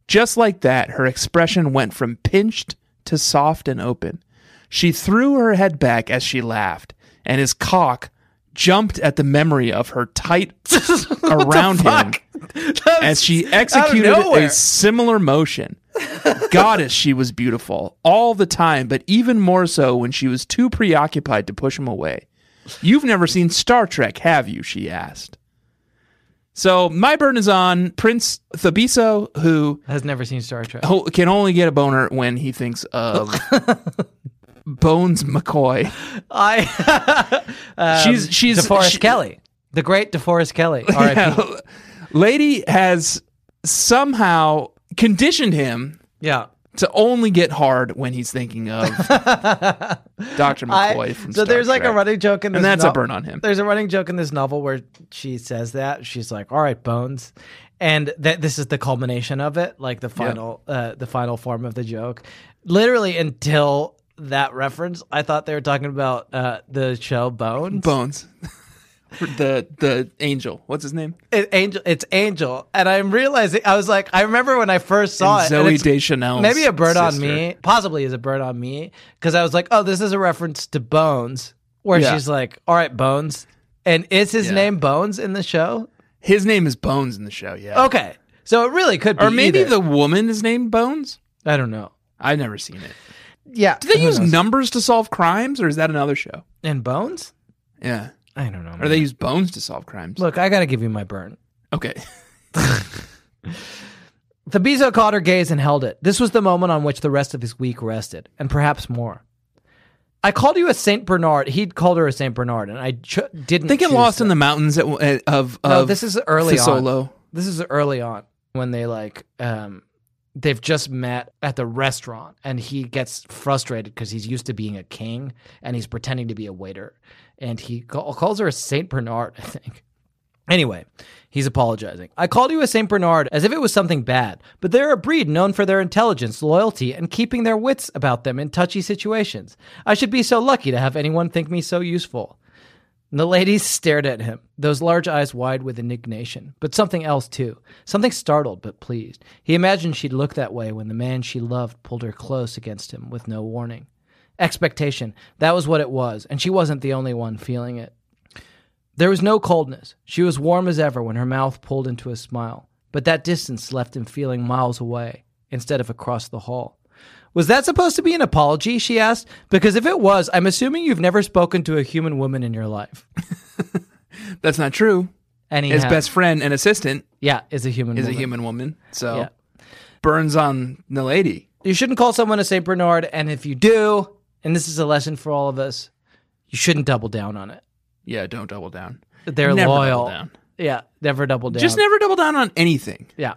Speaker 3: Just like that, her expression went from pinched to soft and open. She threw her head back as she laughed, and his cock jumped at the memory of her tight around him as she executed
Speaker 2: nowhere.
Speaker 3: a similar motion. Goddess, she was beautiful all the time, but even more so when she was too preoccupied to push him away. You've never seen Star Trek, have you? She asked. So my burn is on Prince Thabiso, who
Speaker 2: Has never seen Star Trek.
Speaker 3: ho- can only get a boner when he thinks of Bones McCoy.
Speaker 2: I um,
Speaker 3: she's she's
Speaker 2: DeForest
Speaker 3: she-
Speaker 2: Kelly, the great DeForest Kelly. R.I.P. Yeah.
Speaker 3: Lady has somehow conditioned him to only get hard when he's thinking of Doctor
Speaker 2: I-
Speaker 3: McCoy from
Speaker 2: so
Speaker 3: Star
Speaker 2: there's like a
Speaker 3: Trek.
Speaker 2: running joke in this
Speaker 3: and that's
Speaker 2: no-
Speaker 3: a burn on him.
Speaker 2: There's a running joke in this novel where she says that she's like, "All right, Bones," and that this is the culmination of it, like the final, uh, the final form of the joke. Literally until that reference, I thought they were talking about uh, the show Bones.
Speaker 3: Bones, the the angel. What's his name?
Speaker 2: It- Angel, it's Angel, and I'm realizing I was like, I remember when I first saw it. Uh, and
Speaker 3: Zoe
Speaker 2: it's-
Speaker 3: Deschanel.
Speaker 2: Maybe a bird on me, possibly is a bird on me, because I was like, oh, this is a reference to Bones, where
Speaker 3: Yeah.
Speaker 2: she's like, all right, Bones, and is his
Speaker 3: Yeah.
Speaker 2: name Bones in the show?
Speaker 3: His name is Bones in the show. Yeah,
Speaker 2: Okay, so it really could be,
Speaker 3: or maybe
Speaker 2: either.
Speaker 3: the woman is named Bones.
Speaker 2: I don't know.
Speaker 3: I've never seen it.
Speaker 2: Yeah,
Speaker 3: Do they use numbers to solve crimes, or is that another show?
Speaker 2: and Bones?
Speaker 3: Yeah.
Speaker 2: I don't know.
Speaker 3: Or they use bones to solve crimes.
Speaker 2: Look, I gotta give you my burn.
Speaker 3: Okay.
Speaker 2: The Bezo caught her gaze and held it. This was the moment on which the rest of his week rested, and perhaps more. I called you a Saint Bernard. He'd called her a Saint Bernard, and I ch- didn't.
Speaker 3: They get
Speaker 2: choose
Speaker 3: lost
Speaker 2: that.
Speaker 3: in the mountains at, at, of, of
Speaker 2: No, this is early on.
Speaker 3: Fisolo.
Speaker 2: This is early on when they like um they've just met at the restaurant and he gets frustrated cuz he's used to being a king and he's pretending to be a waiter and he call, calls her a Saint Bernard, I think. Anyway, he's apologizing. I called you a Saint Bernard as if it was something bad, but they're a breed known for their intelligence, loyalty, and keeping their wits about them in touchy situations. I should be so lucky to have anyone think me so useful. And The ladies stared at him, those large eyes wide with indignation, but something else too, something startled but pleased. He imagined she'd look that way when the man she loved pulled her close against him with no warning. Expectation, that was what it was, and she wasn't the only one feeling it. There was no coldness. She was warm as ever when her mouth pulled into a smile, but that distance left him feeling miles away instead of across the hall. Was that supposed to be an apology? She asked. Because if it was, I'm assuming you've never spoken to a human woman in your life.
Speaker 3: That's not true.
Speaker 2: And he
Speaker 3: His
Speaker 2: ha-
Speaker 3: best friend and assistant
Speaker 2: yeah, is a human.
Speaker 3: is
Speaker 2: woman.
Speaker 3: a human woman. So
Speaker 2: Yeah.
Speaker 3: burns on the lady.
Speaker 2: You shouldn't call someone a Saint Bernard, and if you do, and this is a lesson for all of us, you shouldn't double down on it.
Speaker 3: Yeah, don't double down.
Speaker 2: They're
Speaker 3: Never double
Speaker 2: loyal.
Speaker 3: down.
Speaker 2: Yeah, never double down.
Speaker 3: Just never double down on anything.
Speaker 2: Yeah.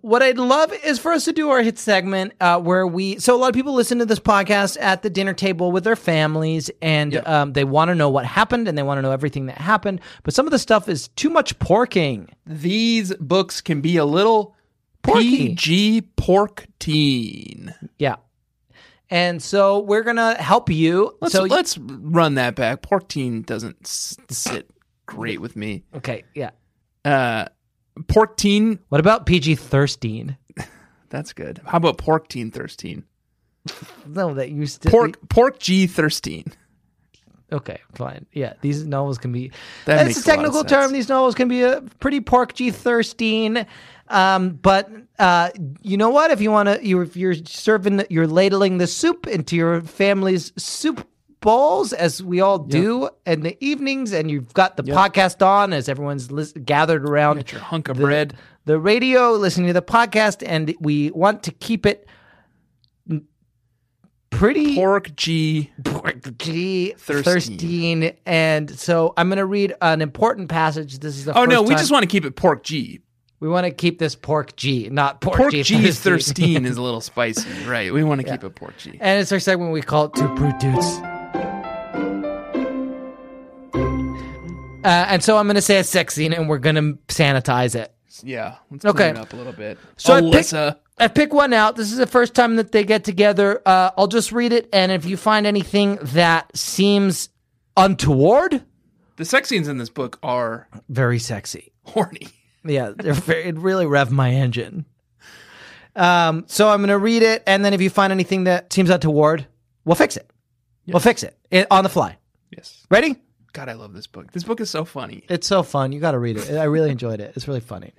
Speaker 2: What I'd love is for us to do our hit segment uh, where we. So, a lot of people listen to this podcast at the dinner table with their families and um, they want to know what happened and they want to know everything that happened. But some of the stuff is too much porking.
Speaker 3: These books can be a little
Speaker 2: Porky.
Speaker 3: PG pork teen.
Speaker 2: Yeah. And so, we're going to help you.
Speaker 3: Let's,
Speaker 2: so,
Speaker 3: let's run that back. Pork teen doesn't s- sit great with me.
Speaker 2: okay. Yeah.
Speaker 3: Uh, pork teen
Speaker 2: What about PG Thirstein?
Speaker 3: That's good. How about pork teen thirsteen?
Speaker 2: No, that used to.
Speaker 3: Pork pork G thirsteen.
Speaker 2: Okay, fine. Yeah, these novels can be.
Speaker 3: That
Speaker 2: that's
Speaker 3: makes
Speaker 2: a
Speaker 3: a lot of
Speaker 2: technical
Speaker 3: sense.
Speaker 2: term. These novels can be a pretty pork G thirsteen. Um, but uh, you know what? If you want to, you if you're serving, you're ladling the soup into your family's soup bowls, as we all do in the evenings, and you've got the podcast on as everyone's lis- gathered around
Speaker 3: Get your hunk of bread.
Speaker 2: the radio, listening to the podcast, and we want to keep it n- pretty
Speaker 3: Pork G.
Speaker 2: Pork G.
Speaker 3: Thirstein.
Speaker 2: Thirstein. And so I'm going to read an important passage. This is the
Speaker 3: Oh
Speaker 2: first
Speaker 3: no, we
Speaker 2: time-
Speaker 3: just want to keep it pork G.
Speaker 2: we want to keep this pork G, not pork,
Speaker 3: Pork
Speaker 2: G.
Speaker 3: G
Speaker 2: Thirstein.
Speaker 3: thirsteen is a little spicy, right? We want to keep it pork G.
Speaker 2: And it's our segment we call it To Brute Dudes. Uh, and so I'm going to say a sex scene and we're going to sanitize it.
Speaker 3: yeah. Let's
Speaker 2: Okay.
Speaker 3: turn it up a little bit.
Speaker 2: So I picked-
Speaker 3: Alyssa,
Speaker 2: I pick one out. This is the first time that they get together. Uh, I'll just read it, and if you find anything that seems untoward,
Speaker 3: the sex scenes in this book are
Speaker 2: very sexy.
Speaker 3: horny.
Speaker 2: Yeah, they're very, it really rev my engine. Um, so I'm going to read it, and then if you find anything that seems untoward, we'll fix it. We'll fix it, it on the fly.
Speaker 3: Yes.
Speaker 2: Ready?
Speaker 3: God, I love this book. This book is so funny.
Speaker 2: It's so fun. You got to read it. I really enjoyed it. It's really funny.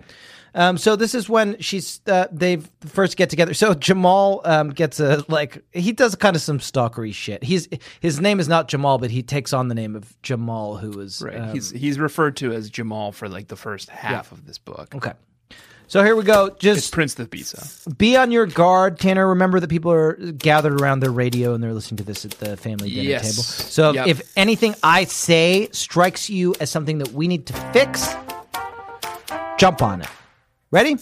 Speaker 2: Um, so this is when she's uh, they first get together. So Jamal um, gets a like he does kind of some stalkery shit. He's his name is not Jamal, but he takes on the name of Jamal, who is
Speaker 3: Right.
Speaker 2: um,
Speaker 3: he's he's referred to as Jamal for like the first half of this book.
Speaker 2: okay. So here we go.
Speaker 3: It's
Speaker 2: Just
Speaker 3: Prince the Pizza.
Speaker 2: be on your guard, Tanner. Remember that people are gathered around their radio and they're listening to this at the family dinner
Speaker 3: Yes.
Speaker 2: table. So
Speaker 3: Yep.
Speaker 2: if anything I say strikes you as something that we need to fix, jump on it. Ready?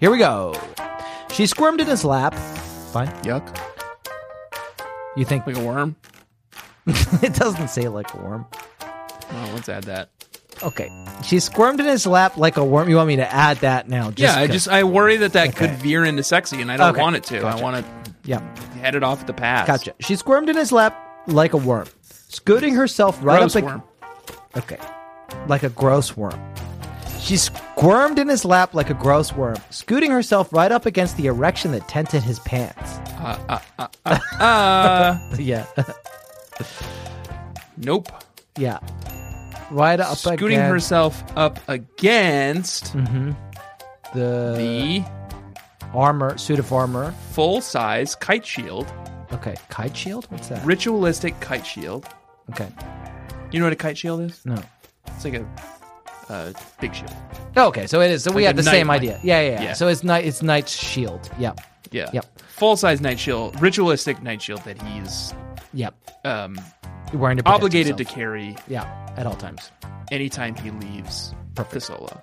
Speaker 2: Here we go. She squirmed in his lap. Fine.
Speaker 3: Yuck.
Speaker 2: You think
Speaker 3: Like a worm.
Speaker 2: it doesn't say like a worm?
Speaker 3: Well, let's add that.
Speaker 2: Okay. She squirmed in his lap like a worm. You want me to add that now? Just
Speaker 3: yeah, I
Speaker 2: 'cause-
Speaker 3: just I worry that that could veer into sexy, and I don't
Speaker 2: Okay,
Speaker 3: want it to.
Speaker 2: gotcha.
Speaker 3: I want to
Speaker 2: yeah.
Speaker 3: head it off at the pass.
Speaker 2: Gotcha. She squirmed in his lap like a worm, scooting herself right
Speaker 3: Gross
Speaker 2: up. ag-
Speaker 3: worm.
Speaker 2: Okay. Like a gross worm. She squirmed in his lap like a gross worm, scooting herself right up against the erection that tented his pants.
Speaker 3: Uh,
Speaker 2: yeah.
Speaker 3: nope.
Speaker 2: yeah. Right up
Speaker 3: Scooting
Speaker 2: against Mm-hmm.
Speaker 3: herself up against
Speaker 2: the
Speaker 3: the
Speaker 2: armor, suit of armor.
Speaker 3: full size kite shield,
Speaker 2: Okay. Kite shield? What's that?
Speaker 3: ritualistic kite shield.
Speaker 2: Okay.
Speaker 3: You know what a kite shield is?
Speaker 2: No.
Speaker 3: It's like a uh, big shield.
Speaker 2: Okay, so it is. So we
Speaker 3: Like
Speaker 2: had
Speaker 3: a
Speaker 2: the same
Speaker 3: knight,
Speaker 2: idea.
Speaker 3: like-
Speaker 2: yeah, yeah, yeah,
Speaker 3: Yeah.
Speaker 2: So it's night. It's knight's shield. Yep.
Speaker 3: Yeah.
Speaker 2: Yep.
Speaker 3: Full size night shield, ritualistic night shield that he's
Speaker 2: Yep.
Speaker 3: um,
Speaker 2: You're wearing to protect
Speaker 3: obligated to
Speaker 2: yourself.
Speaker 3: carry
Speaker 2: Yeah, at all times.
Speaker 3: anytime he leaves the
Speaker 2: Perfect.
Speaker 3: solo.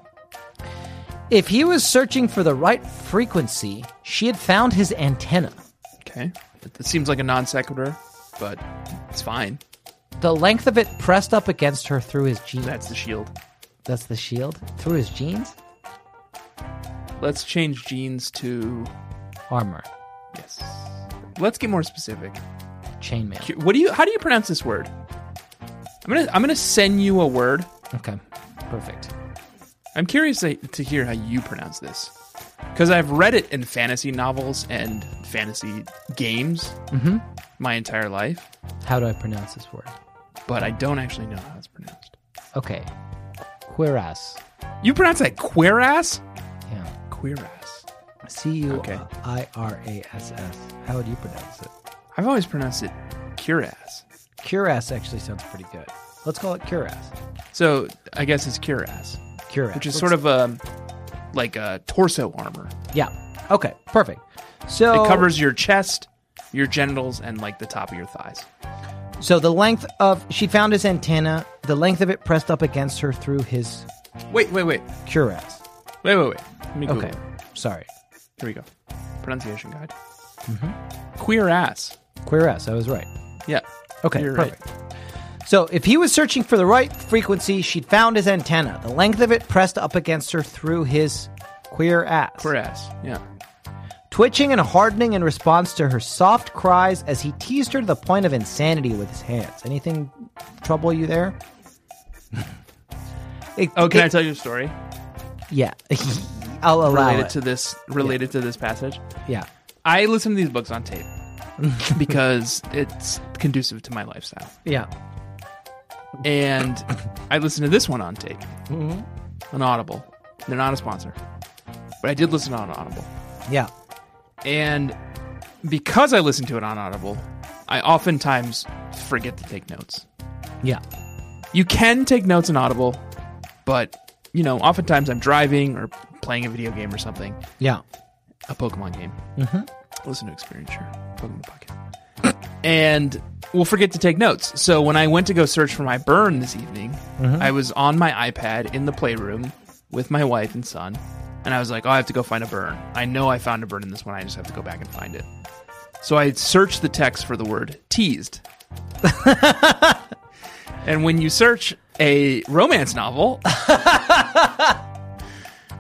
Speaker 2: If he was searching for the right frequency, she had found his antenna.
Speaker 3: Okay. It seems like a non sequitur, but it's fine.
Speaker 2: The length of it pressed up against her through his jeans.
Speaker 3: That's the shield.
Speaker 2: That's the shield through his jeans.
Speaker 3: Let's change jeans to
Speaker 2: Armor,
Speaker 3: yes. Let's get more specific.
Speaker 2: chainmail.
Speaker 3: What do you? How do you pronounce this word? I'm gonna I'm gonna send you a word.
Speaker 2: Okay, perfect.
Speaker 3: I'm curious to, to hear how you pronounce this because I've read it in fantasy novels and fantasy games my entire life,
Speaker 2: How do I pronounce this word?
Speaker 3: but I don't actually know how it's pronounced.
Speaker 2: Okay, cuirass.
Speaker 3: You pronounce that cuirass?
Speaker 2: Yeah,
Speaker 3: Cuirass.
Speaker 2: C U I R A S S. How would you pronounce it?
Speaker 3: I've always pronounced it cuirass.
Speaker 2: Cuirass actually sounds pretty good. Let's call it cuirass.
Speaker 3: So I guess it's cuirass,
Speaker 2: Cuirass,
Speaker 3: which is
Speaker 2: Let's-
Speaker 3: sort of a like a torso armor.
Speaker 2: yeah. Okay, perfect. So
Speaker 3: It covers your chest, your genitals, and like the top of your thighs.
Speaker 2: So the length of she found his antenna. The length of it pressed up against her through his
Speaker 3: Wait, wait, wait,
Speaker 2: cuirass.
Speaker 3: wait, wait, wait. Let me Google.
Speaker 2: Okay,
Speaker 3: it.
Speaker 2: sorry.
Speaker 3: Here we go. Pronunciation guide. Queer ass.
Speaker 2: Cuirass. I was right.
Speaker 3: Yeah.
Speaker 2: Mm-hmm. Okay,
Speaker 3: You're right.
Speaker 2: perfect. So if he was searching for the right frequency, she'd found his antenna. The length of it pressed up against her through his queer ass,
Speaker 3: Queer ass. Yeah.
Speaker 2: twitching and hardening in response to her soft cries as he teased her to the point of insanity with his hands. Anything trouble you there? It-
Speaker 3: Oh, can I
Speaker 2: it-
Speaker 3: tell you a story
Speaker 2: Yeah, I'll allow
Speaker 3: related
Speaker 2: it.
Speaker 3: to this? Related to this passage.
Speaker 2: yeah.
Speaker 3: I listen to these books on tape because it's conducive to my lifestyle,
Speaker 2: Yeah.
Speaker 3: and I listen to this one on tape
Speaker 2: Mm-hmm.
Speaker 3: on Audible. They're not a sponsor, but I did listen on Audible.
Speaker 2: Yeah.
Speaker 3: And because I listen to it on Audible, I oftentimes forget to take notes.
Speaker 2: Yeah.
Speaker 3: You can take notes on Audible, but you know, oftentimes I'm driving or playing a video game or something,
Speaker 2: Yeah.
Speaker 3: a Pokemon game. Mm-hmm. Listen to Experience Your Pokemon Pocket. and we'll forget to take notes. So when I went to go search for my burn this evening, I was on my iPad in the playroom with my wife and son, and I was like, "Oh, I have to go find a burn. I know I found a burn in this one. I just have to go back and find it." So I searched the text for the word teased. and when you search a romance novel,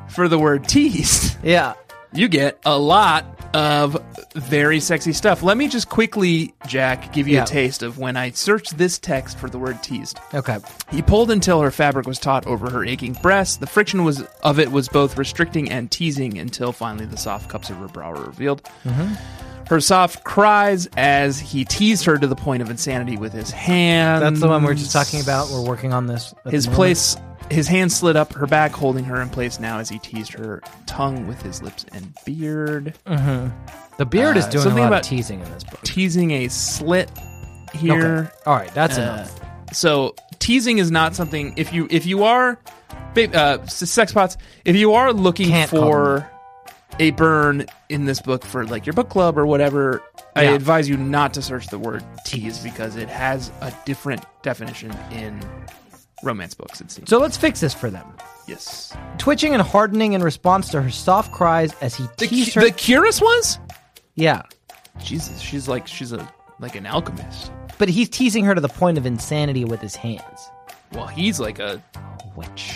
Speaker 3: for the word teased,
Speaker 2: Yeah.
Speaker 3: you get a lot of very sexy stuff. Let me just quickly, Jack, give you
Speaker 2: Yeah.
Speaker 3: a taste of when I searched this text for the word teased.
Speaker 2: Okay.
Speaker 3: He pulled until her fabric was taut over her aching breasts. The friction was of it was both restricting and teasing until finally the soft cups of her brow were revealed.
Speaker 2: Mm-hmm.
Speaker 3: Her soft cries as he teased her to the point of insanity with his hand.
Speaker 2: That's the one we we're just talking about. We're working on this. at the
Speaker 3: Mm. His
Speaker 2: moment.
Speaker 3: place, his hand slid up her back, holding her in place now as he teased her tongue with his lips and beard,
Speaker 2: The beard is
Speaker 3: uh,
Speaker 2: doing a
Speaker 3: something
Speaker 2: lot
Speaker 3: about-
Speaker 2: of teasing in this book.
Speaker 3: teasing a slit
Speaker 2: Okay.
Speaker 3: here.
Speaker 2: All right. That's
Speaker 3: Uh,
Speaker 2: enough.
Speaker 3: so teasing is not something if you if you are babe, uh, s- sex pots if you are looking
Speaker 2: Can't call
Speaker 3: for a burn in this book for like your book club or whatever i
Speaker 2: Yeah.
Speaker 3: advise you not to search the word tease because it has a different definition in romance books it seems
Speaker 2: So let's fix this for them.
Speaker 3: yes
Speaker 2: Twitching and hardening in response to her soft cries as he
Speaker 3: the,
Speaker 2: teased
Speaker 3: cu-
Speaker 2: her.
Speaker 3: the curious ones
Speaker 2: yeah.
Speaker 3: jesus she's like she's a like an alchemist
Speaker 2: But he's teasing her to the point of insanity with his hands.
Speaker 3: well he's like a
Speaker 2: Witch.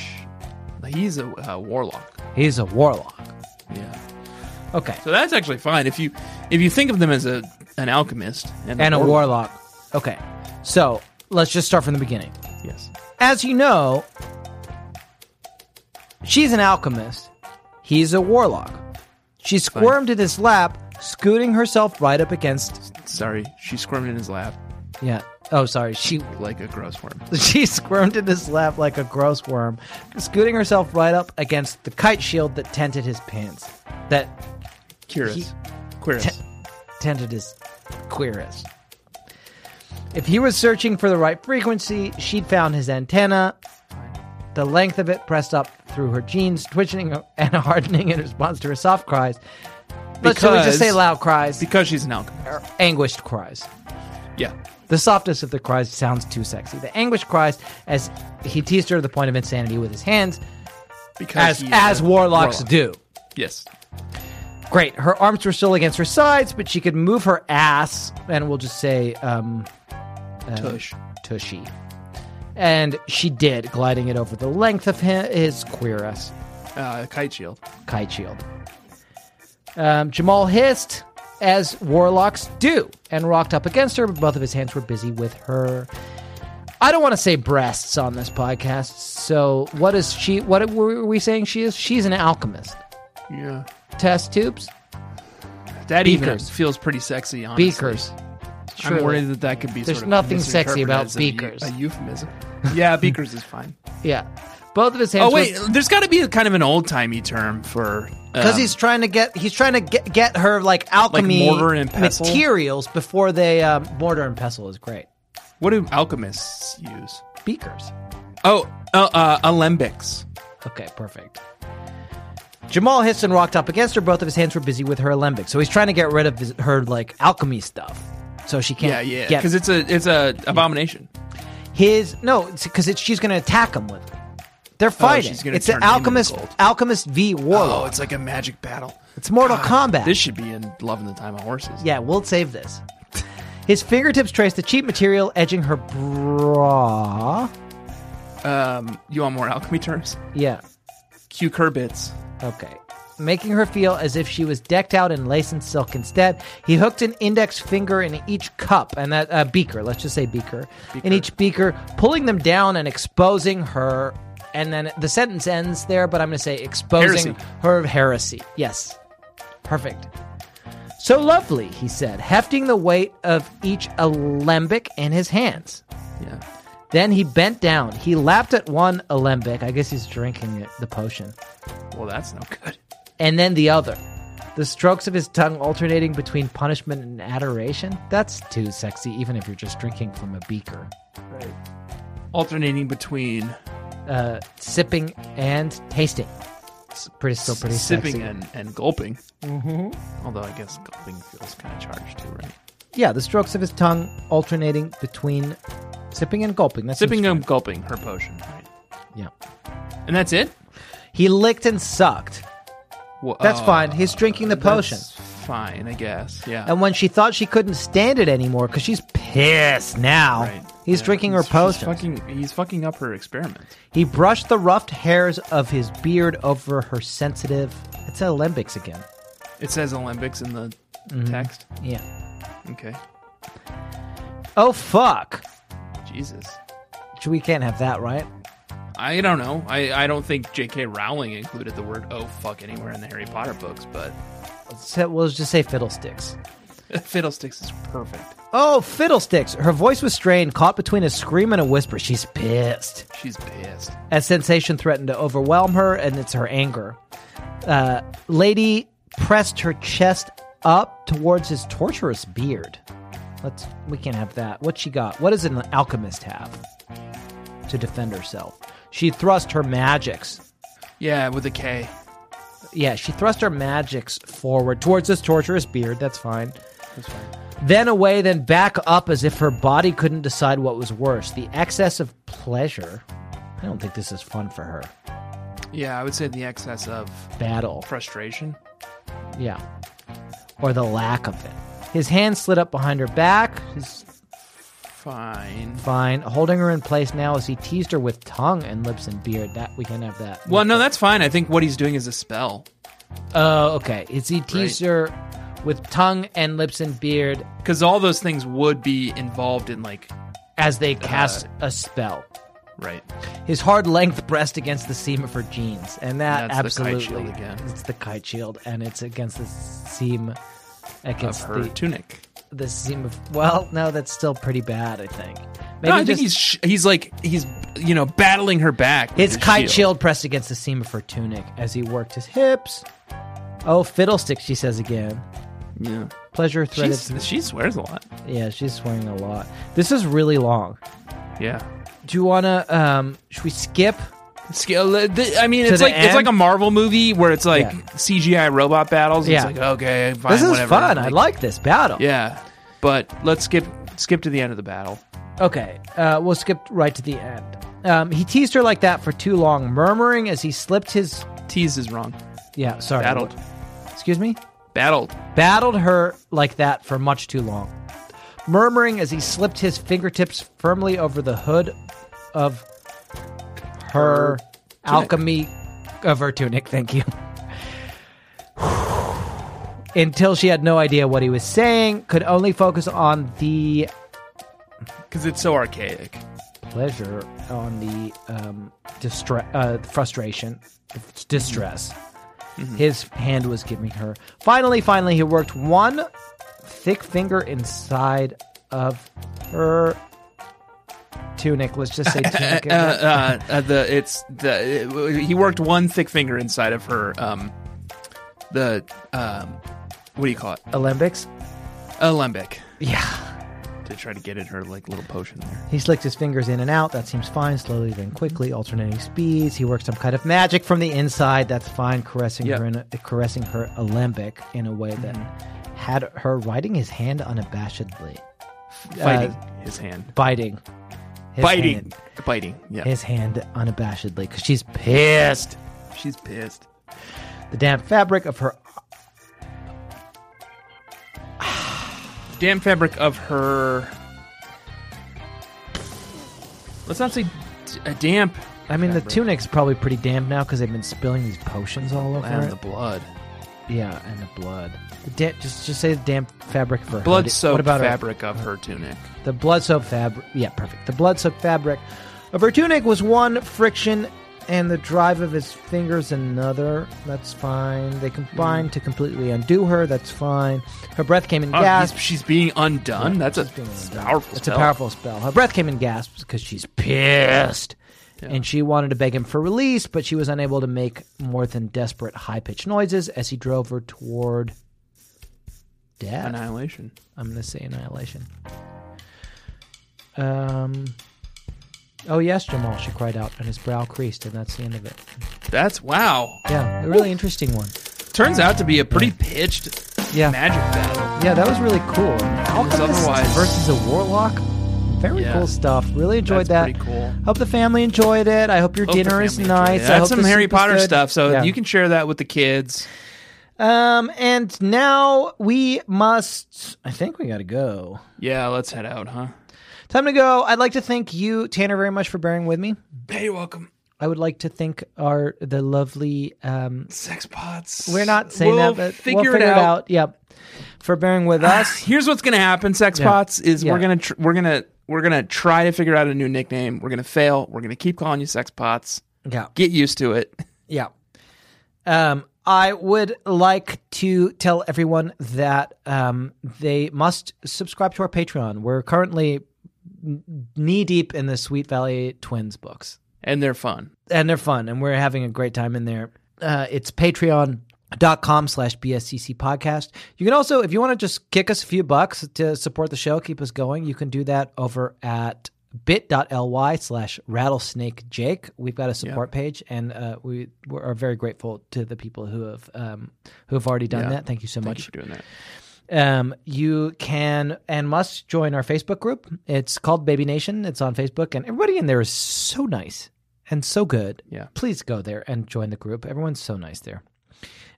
Speaker 3: he's a uh, warlock
Speaker 2: He's a warlock.
Speaker 3: yeah
Speaker 2: Okay.
Speaker 3: So that's actually fine if you if you think of them as a an alchemist and,
Speaker 2: And a
Speaker 3: warlock.
Speaker 2: warlock. Okay. So let's just start from the beginning.
Speaker 3: Yes.
Speaker 2: As you know, she's an alchemist. He's a warlock. She squirmed in his lap, scooting herself right up against.
Speaker 3: Sorry, she squirmed in his lap
Speaker 2: Yeah. Oh, sorry. She
Speaker 3: like a gross worm.
Speaker 2: She squirmed in his lap like a gross worm, scooting herself right up against the kite shield that tented his pants. That
Speaker 3: Curious.
Speaker 2: He-
Speaker 3: Curious.
Speaker 2: Te- tented his queerest. If he was searching for the right frequency, she'd found his antenna, the length of it pressed up through her jeans, twitching and hardening in response to her soft cries. But should we just
Speaker 3: Because-
Speaker 2: say loud cries?
Speaker 3: because she's an alchemist.
Speaker 2: or anguished cries.
Speaker 3: Yeah.
Speaker 2: The softest of the cries sounds too sexy. The anguished cries as he teased her to the point of insanity with his hands,
Speaker 3: Because
Speaker 2: as
Speaker 3: he's
Speaker 2: as
Speaker 3: a
Speaker 2: warlocks
Speaker 3: warlock.
Speaker 2: do.
Speaker 3: Yes.
Speaker 2: Great. Her arms were still against her sides, but she could move her ass, and we'll just say um,
Speaker 3: Tush.
Speaker 2: tushy. And she did, gliding it over the length of his, his queer ass
Speaker 3: Uh, kite shield.
Speaker 2: kite shield. Um, Jamal hissed, as warlocks do, and rocked up against her, but both of his hands were busy with her. I don't want to say breasts on this podcast, so what is she? What were we saying she is? She's an alchemist.
Speaker 3: Yeah.
Speaker 2: Test tubes?
Speaker 3: That even
Speaker 2: Beakers.
Speaker 3: feels pretty sexy. Honestly.
Speaker 2: Beakers.
Speaker 3: I'm
Speaker 2: Truly.
Speaker 3: worried that that could be.
Speaker 2: There's
Speaker 3: sort of
Speaker 2: nothing sexy
Speaker 3: misinterpreted
Speaker 2: about
Speaker 3: as a eu-
Speaker 2: beakers.
Speaker 3: A euphemism. Yeah, beakers is fine.
Speaker 2: Yeah. Both of his hands.
Speaker 3: Oh wait,
Speaker 2: were-
Speaker 3: there's got to be a kind of an old timey term for
Speaker 2: because
Speaker 3: um,
Speaker 2: he's trying to get he's trying to get, get her like alchemy
Speaker 3: mortar and pestle?
Speaker 2: materials before they um, mortar and pestle is great
Speaker 3: What do alchemists use?
Speaker 2: beakers.
Speaker 3: Oh, uh, uh, alembics.
Speaker 2: Okay, perfect. Jamal Histon rocked up against her. Both of his hands were busy with her alembic, so he's trying to get rid of his, her like alchemy stuff, so she
Speaker 3: Yeah,
Speaker 2: can't.
Speaker 3: yeah.
Speaker 2: get
Speaker 3: Because it's a it's a abomination.
Speaker 2: his no, because it's, she's going to attack him with. It. They're fighting.
Speaker 3: Oh, she's gonna
Speaker 2: it's an
Speaker 3: turn him into
Speaker 2: alchemist,
Speaker 3: gold. Oh,
Speaker 2: alchemist v warlock. it's,
Speaker 3: like a magic battle.
Speaker 2: Mortal Kombat.
Speaker 3: This should be in Love in the Time of Horses.
Speaker 2: Yeah, we'll save this. His fingertips traced the cheap material edging her bra.
Speaker 3: Um, you want more alchemy terms?
Speaker 2: Yeah.
Speaker 3: Q curbits.
Speaker 2: Okay. Making her feel as if she was decked out in lace and silk instead, he hooked an index finger in each cup and that uh, beaker, let's just say beaker, in each beaker, pulling them down and exposing her. And then the sentence ends there, but I'm going to say exposing
Speaker 3: Heresy.
Speaker 2: her heresy. Yes. Perfect. So lovely, he said, hefting the weight of each alembic in his hands.
Speaker 3: Yeah.
Speaker 2: Then he bent down. He lapped at one alembic. I guess he's drinking it- the potion
Speaker 3: Well, that's no good.
Speaker 2: and then the other. The strokes of his tongue alternating between punishment and adoration? That's too sexy, even if you're just drinking from a beaker.
Speaker 3: Right. Alternating between
Speaker 2: Uh, sipping and tasting. It's pretty, still Oh, pretty
Speaker 3: sipping
Speaker 2: sexy.
Speaker 3: and and gulping. Mm-hmm. Although I guess gulping feels kind of charged too, right?
Speaker 2: Yeah, the strokes of his tongue alternating between sipping and gulping. That's
Speaker 3: Sipping and gulping her potion. Right.
Speaker 2: Yeah.
Speaker 3: And that's it.
Speaker 2: He licked and sucked.
Speaker 3: Well,
Speaker 2: That's
Speaker 3: uh,
Speaker 2: fine. He's drinking the potion.
Speaker 3: that's Fine, I guess. Yeah.
Speaker 2: And when she thought she couldn't stand it anymore, because she's pissed now,
Speaker 3: Right.
Speaker 2: He's drinking her
Speaker 3: He's- she's
Speaker 2: potion.
Speaker 3: Fucking, he's fucking up her experiment.
Speaker 2: He brushed the roughed hairs of his beard over her sensitive. It's alembics again.
Speaker 3: It says Olympics in the
Speaker 2: Mm-hmm.
Speaker 3: text.
Speaker 2: Yeah.
Speaker 3: Okay.
Speaker 2: Oh fuck.
Speaker 3: Jesus.
Speaker 2: We can't have that, right?
Speaker 3: I don't know. I, I don't think J.K. Rowling included the word "oh fuck" anywhere in the Harry Potter books, but
Speaker 2: So we'll just say fiddlesticks.
Speaker 3: Fiddlesticks is perfect.
Speaker 2: Oh, fiddlesticks! Her voice was strained, caught between a scream and a whisper. She's pissed.
Speaker 3: She's pissed.
Speaker 2: As sensation threatened to overwhelm her, and it's her anger. Uh, lady pressed her chest up towards his torturous beard. Let's. We can't have that. What she got? What does an alchemist have to defend herself? She thrust her magics
Speaker 3: Yeah, with a K.
Speaker 2: Yeah, she thrust her magics forward towards his torturous beard. That's fine.
Speaker 3: That's fine.
Speaker 2: Then away, then back up as if her body couldn't decide what was worse the excess of pleasure. I don't think this is fun for her.
Speaker 3: Yeah, I would say the excess of
Speaker 2: Battle.
Speaker 3: frustration.
Speaker 2: Yeah. Or the lack of it. His hand slid up behind her back. He's
Speaker 3: Fine.
Speaker 2: fine. Holding her in place now as he teased her with tongue and lips and beard. That we can have that.
Speaker 3: Well, no, that's fine. I think what he's doing is a spell.
Speaker 2: Oh, okay. It's he teased her with tongue and lips and beard
Speaker 3: Because all those things would be involved in, like,
Speaker 2: as they
Speaker 3: Uh,
Speaker 2: cast a spell.
Speaker 3: right.
Speaker 2: his hard length breast against the seam of her jeans, and that
Speaker 3: That's the kite
Speaker 2: absolutely
Speaker 3: shield again.
Speaker 2: it's the kite shield, and it's against the seam
Speaker 3: Of
Speaker 2: against
Speaker 3: her
Speaker 2: the,
Speaker 3: tunic.
Speaker 2: the seam of well, no, that's still pretty bad. I think maybe
Speaker 3: No, I
Speaker 2: just
Speaker 3: think he's, sh- he's like, he's, you know, battling her back. with
Speaker 2: his kite shield.
Speaker 3: shield.
Speaker 2: pressed against the seam of her tunic as he worked his hips. Oh, fiddlestick! She says again.
Speaker 3: Yeah.
Speaker 2: Pleasure threaded.
Speaker 3: She's, she swears a lot.
Speaker 2: yeah, she's swearing a lot. This is really long.
Speaker 3: Yeah.
Speaker 2: Do you wanna? Um, should we skip?
Speaker 3: Scale, uh, th- I mean, it's
Speaker 2: the
Speaker 3: like it's
Speaker 2: end?
Speaker 3: like a Marvel movie where it's like
Speaker 2: Yeah.
Speaker 3: CGI robot battles. And
Speaker 2: Yeah.
Speaker 3: It's like okay, fine,
Speaker 2: This is
Speaker 3: whatever.
Speaker 2: fun. I like this battle.
Speaker 3: Yeah, but let's skip skip to the end of the battle.
Speaker 2: Okay, uh, we'll skip right to the end. Um, he teased her like that for too long, murmuring as he slipped his.
Speaker 3: Tease is wrong.
Speaker 2: Yeah, sorry.
Speaker 3: Battled,
Speaker 2: Excuse me?
Speaker 3: battled.
Speaker 2: Battled her like that for much too long, murmuring as he slipped his fingertips firmly over the hood of her,
Speaker 3: Her
Speaker 2: alchemy of her tunic. Thank you. Until she had no idea what he was saying, could only focus on the
Speaker 3: because it's so archaic.
Speaker 2: pleasure on the um, distra- uh, frustration, f- distress. His hand was giving her. Finally, finally, he worked one thick finger inside of her tunic. Let's just say tunic.
Speaker 3: Uh, uh, uh, the it's the it- he worked one thick finger inside of her um the um what do you call it
Speaker 2: Alembics.
Speaker 3: alembic
Speaker 2: Yeah.
Speaker 3: to try to get in her like little potion there.
Speaker 2: He slicked his fingers in and out. That seems fine. Slowly, then quickly, alternating speeds. He worked some kind of magic from the inside. That's fine. Caressing
Speaker 3: Yep.
Speaker 2: her, in a, caressing her alembic in a way that had her riding his hand unabashedly,
Speaker 3: Fighting
Speaker 2: Uh,
Speaker 3: his hand,
Speaker 2: biting, his
Speaker 3: biting,
Speaker 2: hand,
Speaker 3: biting. Yeah,
Speaker 2: his hand unabashedly because she's pissed.
Speaker 3: she's pissed.
Speaker 2: The damp fabric of her
Speaker 3: damn fabric of her. Let's not say d- a damp
Speaker 2: I mean, the
Speaker 3: Fabric.
Speaker 2: tunic's probably pretty damp now because they've been spilling these potions all over
Speaker 3: and
Speaker 2: it.
Speaker 3: the blood.
Speaker 2: yeah, and the blood. The da- just, just say the damp fabric of her
Speaker 3: Blood
Speaker 2: hoodie.
Speaker 3: soaked
Speaker 2: her-
Speaker 3: fabric of her tunic.
Speaker 2: The blood soaked fabric. Yeah, perfect. The blood soaked fabric of her tunic was one friction, and the drive of his fingers another. That's fine. They
Speaker 3: Hmm.
Speaker 2: combined to completely undo her. That's fine. Her breath came in
Speaker 3: Oh,
Speaker 2: gasps.
Speaker 3: he's- she's being undone. That's a
Speaker 2: She's being undone.
Speaker 3: powerful.
Speaker 2: It's
Speaker 3: spell.
Speaker 2: a powerful spell. Her breath came in gasps because she's pissed. And she wanted to beg him for release, but she was unable to make more than desperate, high pitched noises as he drove her toward death.
Speaker 3: annihilation.
Speaker 2: I'm gonna say annihilation. Um. Oh yes, Jamal! She cried out, and his brow creased, and that's the end of it.
Speaker 3: That's wow.
Speaker 2: Yeah, a really interesting one.
Speaker 3: Turns out to be a pretty pitched
Speaker 2: Yeah,
Speaker 3: magic battle.
Speaker 2: yeah, that was really cool. Alchemist
Speaker 3: otherwise-
Speaker 2: versus a warlock. Very
Speaker 3: Yeah.
Speaker 2: cool stuff. Really enjoyed
Speaker 3: That's
Speaker 2: that.
Speaker 3: pretty cool.
Speaker 2: Hope the family enjoyed it. I hope your
Speaker 3: Hope the
Speaker 2: dinner is
Speaker 3: family enjoyed it.
Speaker 2: nice. I hope
Speaker 3: That's some
Speaker 2: the
Speaker 3: Harry
Speaker 2: soup is
Speaker 3: Potter
Speaker 2: good.
Speaker 3: stuff, so
Speaker 2: Yeah.
Speaker 3: you can share that with the kids.
Speaker 2: Um, and now we must. I think we gotta go.
Speaker 3: Yeah, let's head out, huh?
Speaker 2: Time to go. I'd like to thank you, Tanner, very much for bearing with me.
Speaker 3: Hey, you're welcome.
Speaker 2: I would like to thank our the lovely. Um,
Speaker 3: Sex pots.
Speaker 2: we're not saying
Speaker 3: We'll
Speaker 2: that, but
Speaker 3: figure,
Speaker 2: we'll figure it out. Yep, for bearing with us.
Speaker 3: Here's what's gonna happen, sex pots, is
Speaker 2: Yeah.
Speaker 3: we're gonna tr- we're gonna we're gonna try to figure out a new nickname. We're gonna fail. We're gonna keep calling you sex pots.
Speaker 2: Yeah,
Speaker 3: Get used to it.
Speaker 2: yeah. Um, I would like to tell everyone that um, they must subscribe to our Patreon. We're currently knee deep in the Sweet Valley Twins books.
Speaker 3: And they're fun.
Speaker 2: and they're fun and we're having a great time in there uh, it's patreon dot com slash bscc podcast you can also if you want to just kick us a few bucks to support the show keep us going you can do that over at bit.ly slash rattlesnake jake we've got a support page and uh, we, we are very grateful to the people who have um, who have already done
Speaker 3: Yeah.
Speaker 2: that thank you so much
Speaker 3: Thanks for doing that.
Speaker 2: um, you can and must join our Facebook group. It's called Baby Nation. It's on Facebook, and everybody in there is so nice and so good.
Speaker 3: Yeah.
Speaker 2: Please go there and join the group. Everyone's so nice there.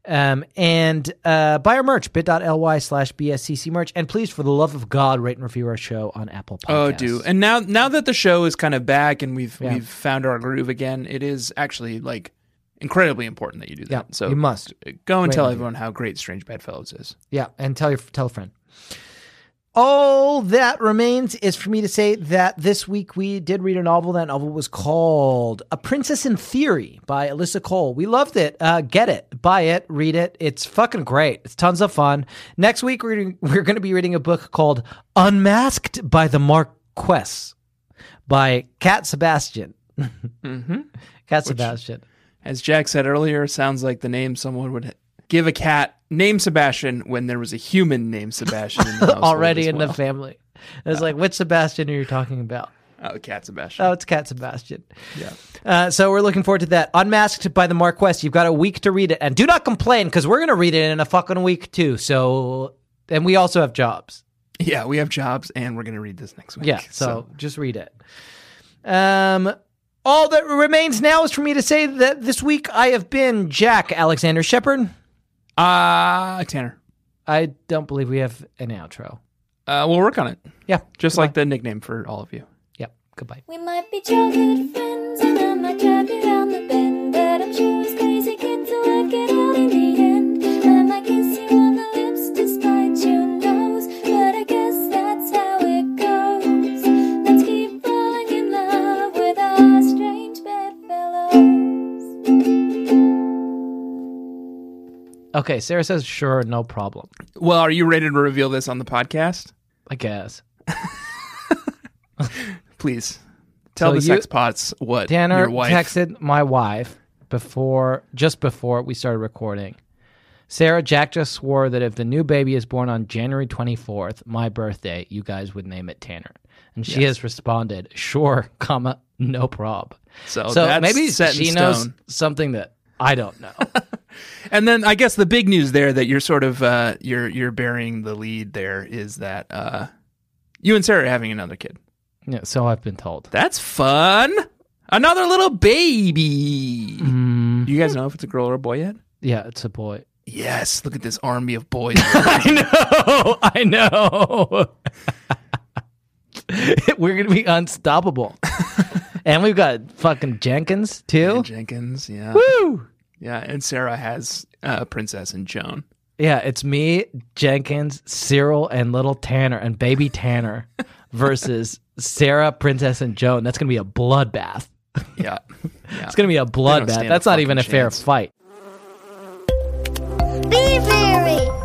Speaker 2: Um, and uh, buy our merch, bit.ly slash BSCC merch. And please, for the love of God, rate and review our show on Apple Podcasts.
Speaker 3: Oh, do. And now now that the show is kind of back and we've
Speaker 2: Yeah.
Speaker 3: we've found our groove again, it is actually like incredibly important that you do that.
Speaker 2: Yeah,
Speaker 3: so
Speaker 2: you must.
Speaker 3: go and
Speaker 2: Great
Speaker 3: tell
Speaker 2: idea.
Speaker 3: everyone how great Strange Bedfellows is.
Speaker 2: Yeah, and tell your tell a friend. All that remains is for me to say that this week we did read a novel. That novel was called A Princess in Theory by Alyssa Cole. We loved it. Uh, get it, buy it, read it. It's fucking great. It's tons of fun. Next week we're reading- we're going to be reading a book called Unmasked by the Marquess by Cat Sebastian.
Speaker 3: Mm-hmm.
Speaker 2: Cat Sebastian.
Speaker 3: As Jack said earlier, sounds like the name someone would give a cat named Sebastian when there was a human named Sebastian in the household
Speaker 2: Already
Speaker 3: as
Speaker 2: in the
Speaker 3: well.
Speaker 2: family. I was like, which Sebastian are you talking about?
Speaker 3: Oh, cat Sebastian.
Speaker 2: Oh, it's Cat Sebastian.
Speaker 3: Yeah.
Speaker 2: Uh, so we're looking forward to that. Unmasked by the Marquess. You've got a week to read it, and do not complain because we're going to read it in a fucking week too. So, and we also have jobs.
Speaker 3: Yeah, we have jobs and we're going to read this next week.
Speaker 2: Yeah. So, just read it. Um. All that remains now is for me to say that this week I have been Jack Alexander Shepard.
Speaker 3: uh Tanner.
Speaker 2: I don't believe we have an outro.
Speaker 3: Uh, we'll work on it.
Speaker 2: Yeah.
Speaker 3: Just like the nickname for all of you.
Speaker 2: Yeah. Goodbye.
Speaker 1: We might be childhood friends, and I might drive you round the bend. But I'm sure it's crazy kids will work it out in the end. I might kiss you on the lips despite your nose. But I guess that's how it goes. Let's keep falling in love with our strange bedfellows.
Speaker 2: Okay. Sarah says, sure, no problem.
Speaker 3: Well, are you ready to reveal this on the podcast?
Speaker 2: I guess.
Speaker 3: Please tell
Speaker 2: So
Speaker 3: the
Speaker 2: you-
Speaker 3: sex pots what
Speaker 2: Tanner
Speaker 3: your wife.
Speaker 2: texted my wife before, just before we started recording. Sarah, Jack just swore that if the new baby is born on January 24th, my birthday, you guys would name it Tanner. And she has responded, sure, comma, no prob.
Speaker 3: So
Speaker 2: so
Speaker 3: that's
Speaker 2: maybe
Speaker 3: set in
Speaker 2: she knows
Speaker 3: stone.
Speaker 2: something that I don't know.
Speaker 3: And then I guess the big news there that you're sort of uh, you're you're burying the lead there is that uh, you and Sarah are having another kid.
Speaker 2: yeah, so I've been told.
Speaker 3: That's fun. Another little baby.
Speaker 2: Mm-hmm.
Speaker 3: You guys know if it's a girl or a boy yet?
Speaker 2: Yeah, it's a boy.
Speaker 3: Yes. Look at this army of boys.
Speaker 2: I know. I know. We're going to be unstoppable. and we've got fucking Jenkins, too.
Speaker 3: Jenkins. Yeah.
Speaker 2: Woo!
Speaker 3: Yeah. And Sarah has uh, Princess and Joan.
Speaker 2: Yeah, it's me, Jenkins, Cyril, and little Tanner and baby Tanner versus Sarah, Princess, and Joan. That's going to be a bloodbath.
Speaker 3: Yeah. yeah.
Speaker 2: It's going to be a
Speaker 3: stand
Speaker 2: bloodbath.
Speaker 3: a
Speaker 2: That's not even a
Speaker 3: fucking
Speaker 2: fair
Speaker 3: chance.
Speaker 2: fight.
Speaker 4: Be very.